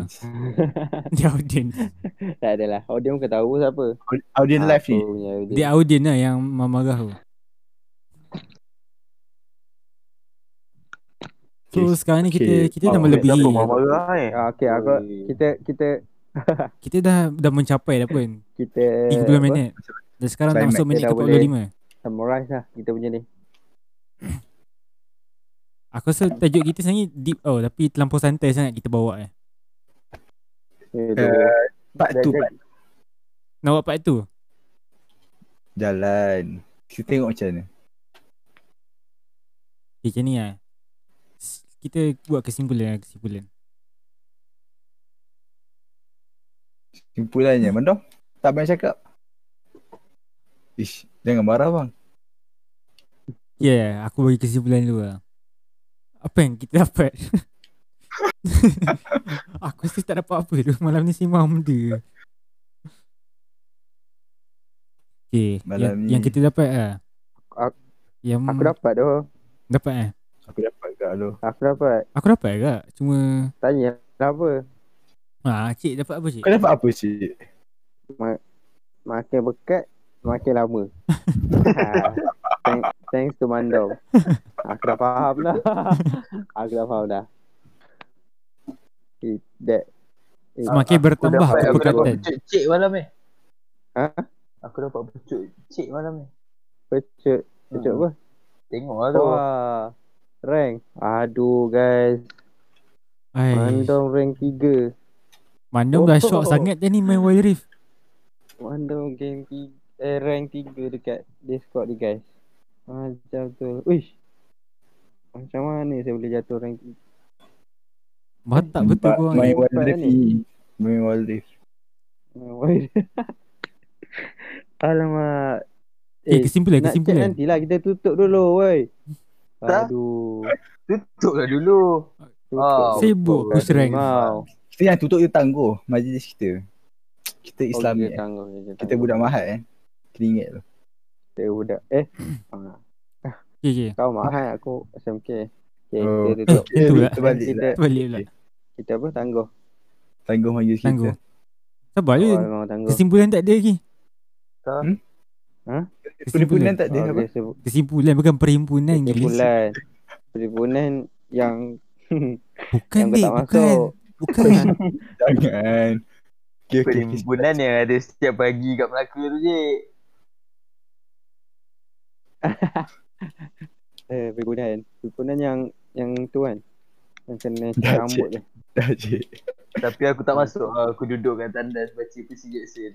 Speaker 4: audience.
Speaker 1: Dia audience
Speaker 3: tak ada lah. Oh, dia pun tahu siapa.
Speaker 4: Aud- Audience live ni.
Speaker 3: Aku punya dia.
Speaker 1: Dia audience lah yang marah tu So
Speaker 4: Okay.
Speaker 1: sekarang ni kita
Speaker 4: Okay.
Speaker 1: kita dah
Speaker 4: Mau,
Speaker 1: melebihi
Speaker 4: siapa mau marah eh?
Speaker 3: Ah, okay, aku kita kita
Speaker 1: Kita dah dah mencapai dah pun 30
Speaker 3: kita Eh, apa?
Speaker 1: minit Dan sekarang dah
Speaker 4: Climax
Speaker 1: masuk
Speaker 3: dia
Speaker 1: minit
Speaker 3: dah
Speaker 1: ke
Speaker 3: boleh.
Speaker 1: 45
Speaker 3: Summarize lah kita punya ni.
Speaker 1: Aku rasa tajuk kita sebenarnya deep oh Tapi terlampau santai sangat kita bawa eh
Speaker 3: Eh, tu.
Speaker 4: Eh, Part tu part
Speaker 1: Nak buat part tu
Speaker 4: jalan. Kita tengok macam mana.
Speaker 1: Okay, macam ni lah. S- Kita buat kesimpulan lah, kesimpulan.
Speaker 4: Simpulannya Mendong Tak banyak cakap Ish Jangan marah bang
Speaker 1: Yeah, Ya, aku bagi kesimpulan dulu lah. Apa yang kita dapat? aku rasa tak dapat apa tu. Malam ni sembang benda. Okay, yang,
Speaker 4: Malam
Speaker 1: yang
Speaker 4: ni-
Speaker 1: kita dapat lah.
Speaker 3: Ak-
Speaker 1: yang
Speaker 3: Aku dapat tu.
Speaker 1: dapat eh?
Speaker 4: Aku dapat kat lu
Speaker 3: Aku dapat.
Speaker 1: Aku dapat ke? Cuma
Speaker 3: Tanya lah apa?
Speaker 1: ha, Cik dapat apa cik?
Speaker 4: Kau dapat apa cik?
Speaker 3: Makin bekat, makin lama. ha. Thanks, thanks to Mandau. Aku dah faham dah. aku dah faham dah. It, that. It,
Speaker 1: Semakin bertambah
Speaker 3: dapat- aku dapat
Speaker 1: kepekatan
Speaker 5: Cik, cik malam ni.
Speaker 3: Ha?
Speaker 5: Aku dapat pucuk cik malam ni.
Speaker 3: Pecut. Pecut apa?
Speaker 5: Tengok lah tu.
Speaker 3: Wah. Rank. Aduh guys.
Speaker 1: Ai,
Speaker 3: Mandau rank 3.
Speaker 1: Mandom dah shock sangat dia ni main Wild Rift
Speaker 3: Mandau game 3. Eh, rank 3 dekat Discord ni guys. Macam tu. Uish. Macam mana saya boleh jatuh rank
Speaker 1: Batak betul Eh,
Speaker 4: Nampak
Speaker 1: korang
Speaker 4: Main
Speaker 1: ni
Speaker 4: wild
Speaker 3: Nampak
Speaker 4: rift
Speaker 3: ni.
Speaker 4: ni Main wild rift
Speaker 3: Why? Alamak.
Speaker 1: Eh kesimpulan
Speaker 3: nak chat
Speaker 1: kesimpulan
Speaker 3: nantilah kita tutup dulu, woi.
Speaker 5: Tak.
Speaker 3: Aduh.
Speaker 5: Tutup lah dulu.
Speaker 3: Tutup.
Speaker 5: Oh,
Speaker 1: Sibuk push rank
Speaker 3: Wow.
Speaker 4: Kita yang tutup je tangguh Majlis kita Kita
Speaker 3: Oh,
Speaker 4: Islami eh.
Speaker 3: tangguh, kita,
Speaker 4: Kita budak mahat eh Kena ingat tu
Speaker 3: Kita budak. Eh. ah,
Speaker 1: Okay okay
Speaker 3: kau mahal aku SMK. Okay,
Speaker 4: Oh.
Speaker 3: kita tutup.
Speaker 1: Itu lah.
Speaker 4: Terbalik
Speaker 3: Kita
Speaker 4: lah
Speaker 1: Balik pula
Speaker 4: Okay.
Speaker 3: kita apa tangguh.
Speaker 4: Tangguh majlis
Speaker 1: Tangguh
Speaker 4: kita
Speaker 1: Sabar
Speaker 3: Oh,
Speaker 1: je
Speaker 3: memang tangguh.
Speaker 1: Kesimpulan tak ada lagi
Speaker 4: Perhimpunan tak ada apa
Speaker 3: Okay, se-
Speaker 1: Kesimpulan bukan perhimpunan gila.
Speaker 3: Perhimpunan. Perhimpunan yang
Speaker 1: Bukan
Speaker 3: yang kau
Speaker 1: dek
Speaker 3: tak
Speaker 1: Kan Bukan Bukan
Speaker 3: masuk.
Speaker 4: Jangan Okay okay okay.
Speaker 5: Perhimpunan yang ada setiap pagi kat Melaka tu cik.
Speaker 3: Eh, perhimpunan. Perhimpunan yang yang tu kan. Yang kena
Speaker 4: Dah, cik.
Speaker 3: rambut je.
Speaker 4: Dah cik
Speaker 5: Tapi aku tak masuk lah. Aku duduk kat tandas baca PC Jackson.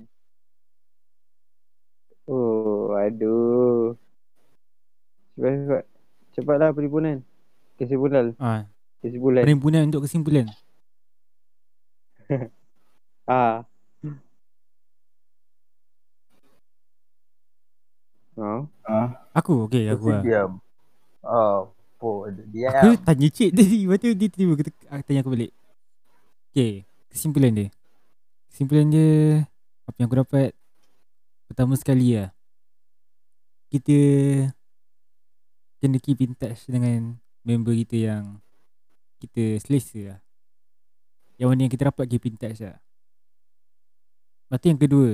Speaker 3: Oh, aduh. Cepat, cepat. Cepatlah perhimpunan. Kesimpulan.
Speaker 1: ha,
Speaker 3: Kesimpulan.
Speaker 1: Perhimpunan untuk kesimpulan
Speaker 3: Ah. Oh.
Speaker 4: Ah,
Speaker 1: Aku okay aku
Speaker 5: Aku
Speaker 1: lah
Speaker 5: diam. Oh, po, diam.
Speaker 1: Aku tanya cik tadi Lepas tu dia tiba kata, ah, Tanya aku balik Okay Kesimpulan dia Kesimpulan dia Apa yang aku dapat Pertama sekali lah Kita Kena keep in touch dengan Member kita yang Kita selesa lah Yang mana yang kita dapat keep in touch lah Lepas tu yang kedua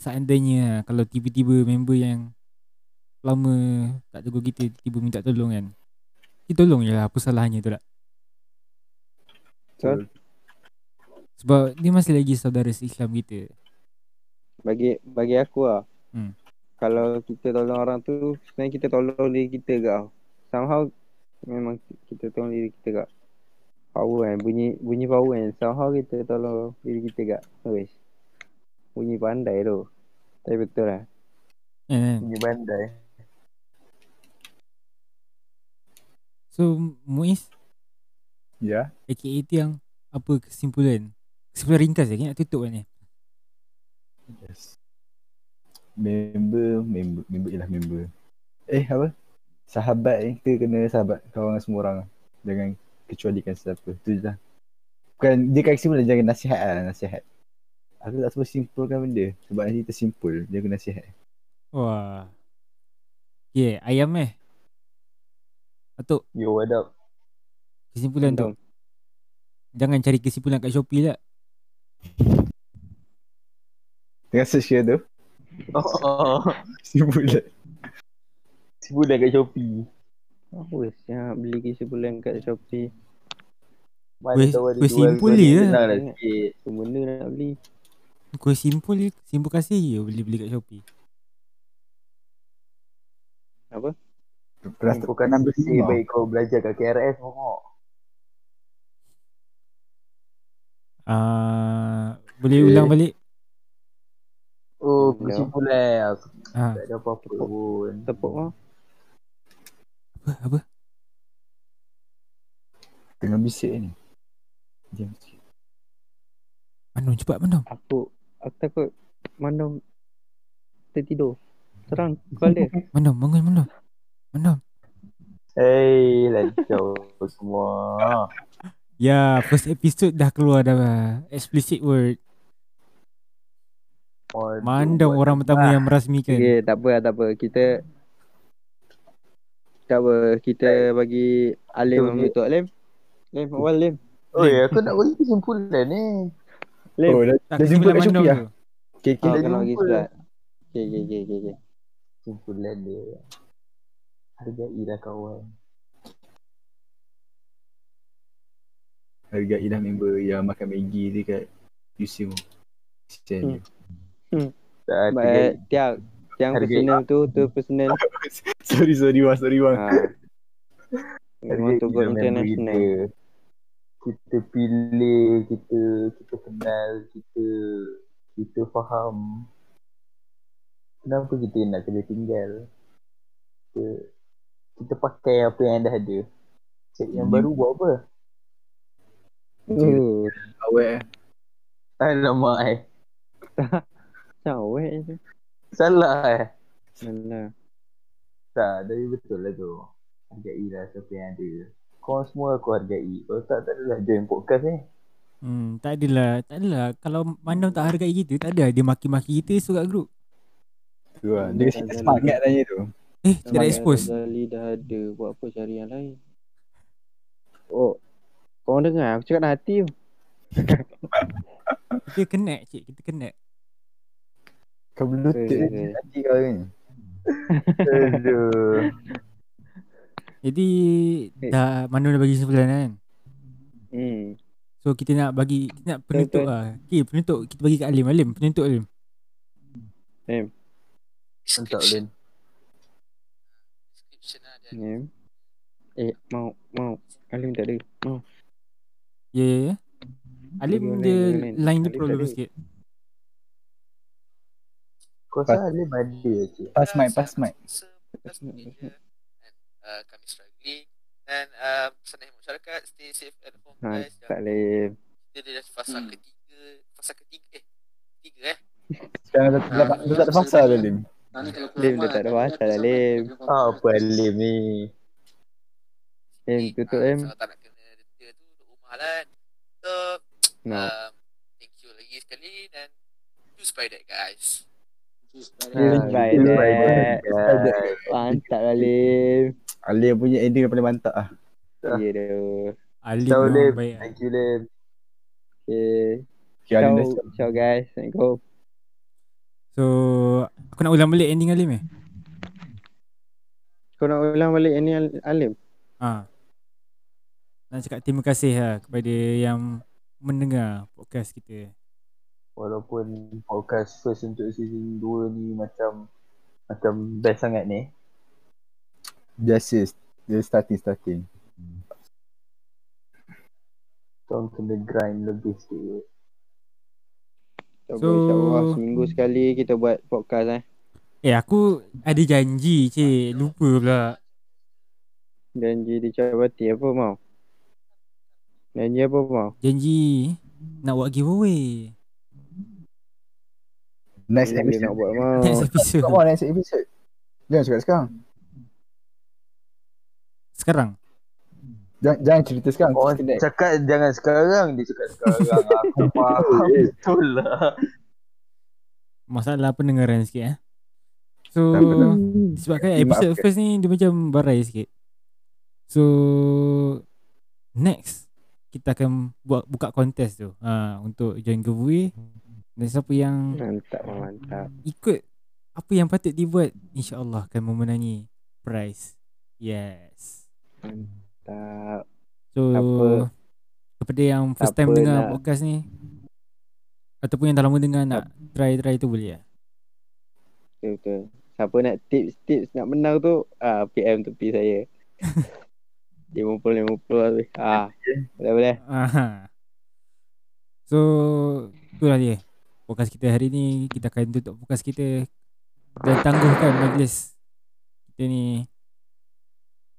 Speaker 1: Seandainya lah, Kalau tiba-tiba member yang Lama Tak tegur kita Tiba-tiba minta tolong kan kita tolong je lah apa salahnya tu lah
Speaker 3: Betul.
Speaker 1: Sebab dia masih lagi saudara se-Islam kita
Speaker 3: Bagi bagi aku ah.
Speaker 1: Hmm.
Speaker 3: Kalau kita tolong orang tu, sebenarnya kita tolong diri kita ke tau. Somehow memang kita tolong diri kita ke. Power kan, bunyi bunyi power kan. Somehow kita tolong diri kita ke. Wes. Bunyi pandai tu. Tapi betul lah.
Speaker 1: kan, kan?
Speaker 5: Punya bandai.
Speaker 1: So Muiz
Speaker 4: Ya
Speaker 1: aka yang apa kesimpulan Kesimpulan ringkas je kan nak tutup kan ni
Speaker 4: Yes Member Member Member ialah member Eh apa Sahabat eh Kita kena sahabat Kawan dengan semua orang Jangan Kecualikan siapa Itu je lah Bukan Dia kasi pula Jangan nasihat lah Nasihat Aku tak suka simpulkan benda Sebab nanti tersimpul Dia kena nasihat
Speaker 1: Wah Okay ayam eh Atuk
Speaker 5: Yo, what up?
Speaker 1: kesimpulan tu Jangan cari kesimpulan kat Shopee lah
Speaker 4: Dengan search dia tu
Speaker 5: Oh, oh.
Speaker 4: Simpulan
Speaker 5: Sebulan kat Shopee.
Speaker 3: Apa siap beli kesimpulan kat Shopee.
Speaker 5: Mana
Speaker 1: Weh-
Speaker 5: tahu ada
Speaker 1: weh
Speaker 5: jual
Speaker 1: simpul
Speaker 5: kau ni.
Speaker 1: je.
Speaker 5: Tenang lah sikit.
Speaker 3: Semua benda nak beli.
Speaker 1: Kau simpul je Simpul kasih je beli-beli kat Shopee
Speaker 4: Kelas
Speaker 5: Simpulkan bersih baik kau belajar kat KRS pokok.
Speaker 1: Ah, Boleh ulang balik
Speaker 5: Oh,
Speaker 3: Ya.
Speaker 5: kesimpulan aku
Speaker 1: ha,
Speaker 3: lah.
Speaker 5: tak ada apa-apa pun.
Speaker 3: Tepuk mah.
Speaker 1: Apa apa
Speaker 4: Tengah bisik ni Diam sikit
Speaker 1: Mandom cepat mandom
Speaker 3: Aku Aku takut Mandom Tertidur Serang Call dia
Speaker 1: Mandom bangun mandom Mandom
Speaker 5: Hey Lacau semua
Speaker 1: Ya first episode dah keluar dah bah. Explicit word
Speaker 5: Waduh,
Speaker 1: Mandom orang pertama yang merasmikan
Speaker 3: Okay tak apa lah, tak apa Kita Tak apa Kita bagi Alim
Speaker 5: Betul,
Speaker 3: ambil tu Alim Alim awal Alim
Speaker 5: Oi Oh, ya, aku nak bagi kesimpulan eh. ni
Speaker 3: Lem.
Speaker 4: Oh dah,
Speaker 1: Tak
Speaker 4: dah jumpa
Speaker 1: kesimpulan
Speaker 4: kat
Speaker 1: mandom
Speaker 4: Shopee lah
Speaker 1: tu
Speaker 4: Okay okay
Speaker 5: Kita
Speaker 3: Kau Ah, kena bagi
Speaker 5: jumpa.
Speaker 3: surat Okay okay okay okay, okay.
Speaker 5: Kesimpulan dia Hargailah kawan
Speaker 4: Hargai dah member yang makan Maggi ni kat UCM Kesian dia
Speaker 5: Tak
Speaker 3: But, Tiang eh, Tiang
Speaker 5: Hargai.
Speaker 3: personal tu Tu personal
Speaker 4: Sorry sorry bang sorry bang
Speaker 3: ha. Memang tu go international
Speaker 5: Kita pilih, kita kita kenal, kita kita faham. Kenapa kita nak kena tinggal? Kita, kita pakai apa yang dah ada. Cek yang
Speaker 4: Hmm.
Speaker 5: baru buat apa?
Speaker 3: Oh
Speaker 4: Awet eh
Speaker 5: Alamak eh.
Speaker 3: Cawek je
Speaker 5: Salah eh.
Speaker 3: Malah
Speaker 5: Tak, tapi betul lah tu. Hargailah siapa yang ada. Kau semua aku hargai. Kalau tak, tak adalah join podcast ni.
Speaker 1: Hmm, tak adalah, tak adalah. Kalau Mandam tak hargai kita, tak ada. Dia maki-maki kita esok kat grup.
Speaker 4: Tu lah Dia kasi kita semangat tanya tu
Speaker 1: Eh, kita dah expose.
Speaker 3: Ghazali dah ada Buat apa cari yang lain Oh Korang dengar Aku cakap dalam hati tu
Speaker 1: Kita connect, cik. Kita connect.
Speaker 4: Kau belutut
Speaker 3: Sorry,
Speaker 4: je
Speaker 3: sorry.
Speaker 4: hati kau ni
Speaker 5: Aduh.
Speaker 1: Jadi,
Speaker 3: Eh.
Speaker 1: dah Mandam dah bagi sebulan kan.
Speaker 3: Hmm
Speaker 1: So, kita nak bagi, kita nak penutup
Speaker 3: Betul.
Speaker 1: lah. Okay, penutup. Kita bagi kat Alim. Alim, penutup Alim.
Speaker 5: Mantap, Lin.
Speaker 2: Description lah
Speaker 4: Hmm.
Speaker 2: dan
Speaker 3: Ni Ya. Eh mau Mau Alim tak ada Mau
Speaker 1: Ya, ya, ya.
Speaker 3: Boleh,
Speaker 1: Alim
Speaker 3: boleh,
Speaker 1: dia
Speaker 3: boleh, boleh.
Speaker 1: line dia
Speaker 3: Alim
Speaker 1: pro
Speaker 3: tak
Speaker 1: dulu
Speaker 3: ada.
Speaker 1: sikit.
Speaker 5: Kau rasa Alim ada je.
Speaker 4: Pass mic pass mic
Speaker 2: Sebelas minit je. And, uh, Kami struggling Dan uh, Senang masyarakat Stay safe at home
Speaker 3: ha,
Speaker 2: guys
Speaker 3: Tak
Speaker 2: Jangan-
Speaker 3: Alim
Speaker 2: Kita dah fasa
Speaker 5: Hmm.
Speaker 2: ketiga Fasa ketiga Eh Tiga eh
Speaker 4: Sekarang dah- dah dah tak ada pasal dah lah, Lim
Speaker 3: Alim dah tak ada lah, pasal Alim
Speaker 5: Ah, apa Alim ni?
Speaker 3: Alim tutup Alim
Speaker 2: Kalau tak nak kena denda tu Duduk rumah lah kan. So
Speaker 3: No
Speaker 2: um, Thank you lagi sekali Dan Choose by that guys
Speaker 3: Just by
Speaker 4: Just by
Speaker 3: that
Speaker 5: kan? Ada.
Speaker 3: Mantap Alim
Speaker 4: Alim punya ending yang paling mantap lah
Speaker 3: Ya doh
Speaker 1: Alim
Speaker 5: Ciao, Lim.
Speaker 1: memang baik.
Speaker 5: Thank you, Lim.
Speaker 3: Okay
Speaker 4: Okay Alim
Speaker 3: Ya. Ciao
Speaker 4: dah siap
Speaker 3: Ciao guys Assalamualaikum
Speaker 1: So, aku nak ulang balik ending Alim eh.
Speaker 3: Kau nak ulang balik yang ni Al- Alim
Speaker 1: Ha. Nak cakap terima kasih lah kepada yang mendengar podcast kita.
Speaker 5: Walaupun podcast first untuk season 2 ni macam macam best sangat ni.
Speaker 4: Biasa Dia starting starting
Speaker 5: Kau kena grind lebih sikit.
Speaker 1: So-
Speaker 3: Tak so, InsyaAllah seminggu sekali kita buat podcast eh
Speaker 1: Eh aku ada janji cik Lupa pula
Speaker 3: Janji dicabati apa mau Janji apa mau
Speaker 1: Janji Nak buat giveaway
Speaker 4: Next
Speaker 3: Janji nak
Speaker 4: episode
Speaker 3: buat mau
Speaker 1: Next
Speaker 4: Come
Speaker 1: episode
Speaker 4: on next episode Jangan cakap sekarang
Speaker 1: Sekarang
Speaker 4: Jangan, jangan cerita sekarang
Speaker 5: Orang
Speaker 4: cerita next.
Speaker 5: cakap jangan sekarang. Dia cakap sekarang. Aku faham betul lah.
Speaker 1: Masalah pendengaran sikit eh So
Speaker 4: Tak lah. benar.
Speaker 1: Sebabkan
Speaker 4: Maafkan.
Speaker 1: episode first ni Dia macam barai sikit So Next Kita akan buat Buka kontes tu ha, Untuk join giveaway Dan siapa yang
Speaker 3: Mantap mantap
Speaker 1: ikut apa yang patut dibuat insyaallah akan memenangi prize yes
Speaker 3: Mantap
Speaker 1: so
Speaker 3: Tak apa.
Speaker 1: kepada yang first
Speaker 3: Tak
Speaker 1: time
Speaker 3: apa
Speaker 1: dengar
Speaker 3: nak.
Speaker 1: podcast ni ataupun yang dah lama dengar nak try try tu boleh lah
Speaker 3: Betul betul Siapa nak tips-tips nak menang tu ah PM tepi saya 50-50 habis ah, Boleh boleh
Speaker 1: Aha. so itulah dia podcast kita hari ni kita akan tutup podcast kita dan tangguhkan majlis kita ni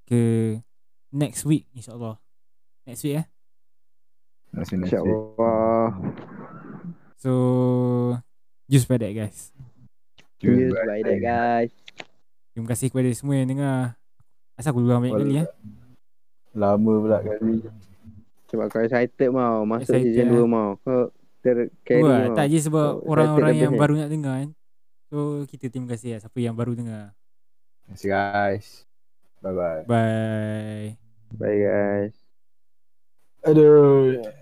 Speaker 1: ke next week insyaallah Next week eh
Speaker 4: Next week, next week.
Speaker 3: InsyaAllah
Speaker 1: So Just by that guys
Speaker 3: Cheers by that guys
Speaker 1: Terima kasih kepada semua yang dengar Asal aku ulang banyak kali eh
Speaker 4: Lama pula kali.
Speaker 3: Sebab kau excited mau Masuk
Speaker 1: Excited,
Speaker 3: season
Speaker 1: eh.
Speaker 3: 2 mau Kau tercarry
Speaker 1: Buat
Speaker 3: mau
Speaker 1: tak je sebab
Speaker 3: So,
Speaker 1: orang-orang
Speaker 3: excited
Speaker 1: yang
Speaker 3: lebih.
Speaker 1: baru nak dengar kan So kita terima kasih lah siapa yang baru dengar
Speaker 4: Thanks guys. Bye bye.
Speaker 1: Bye
Speaker 3: Bye guys
Speaker 4: Aduh.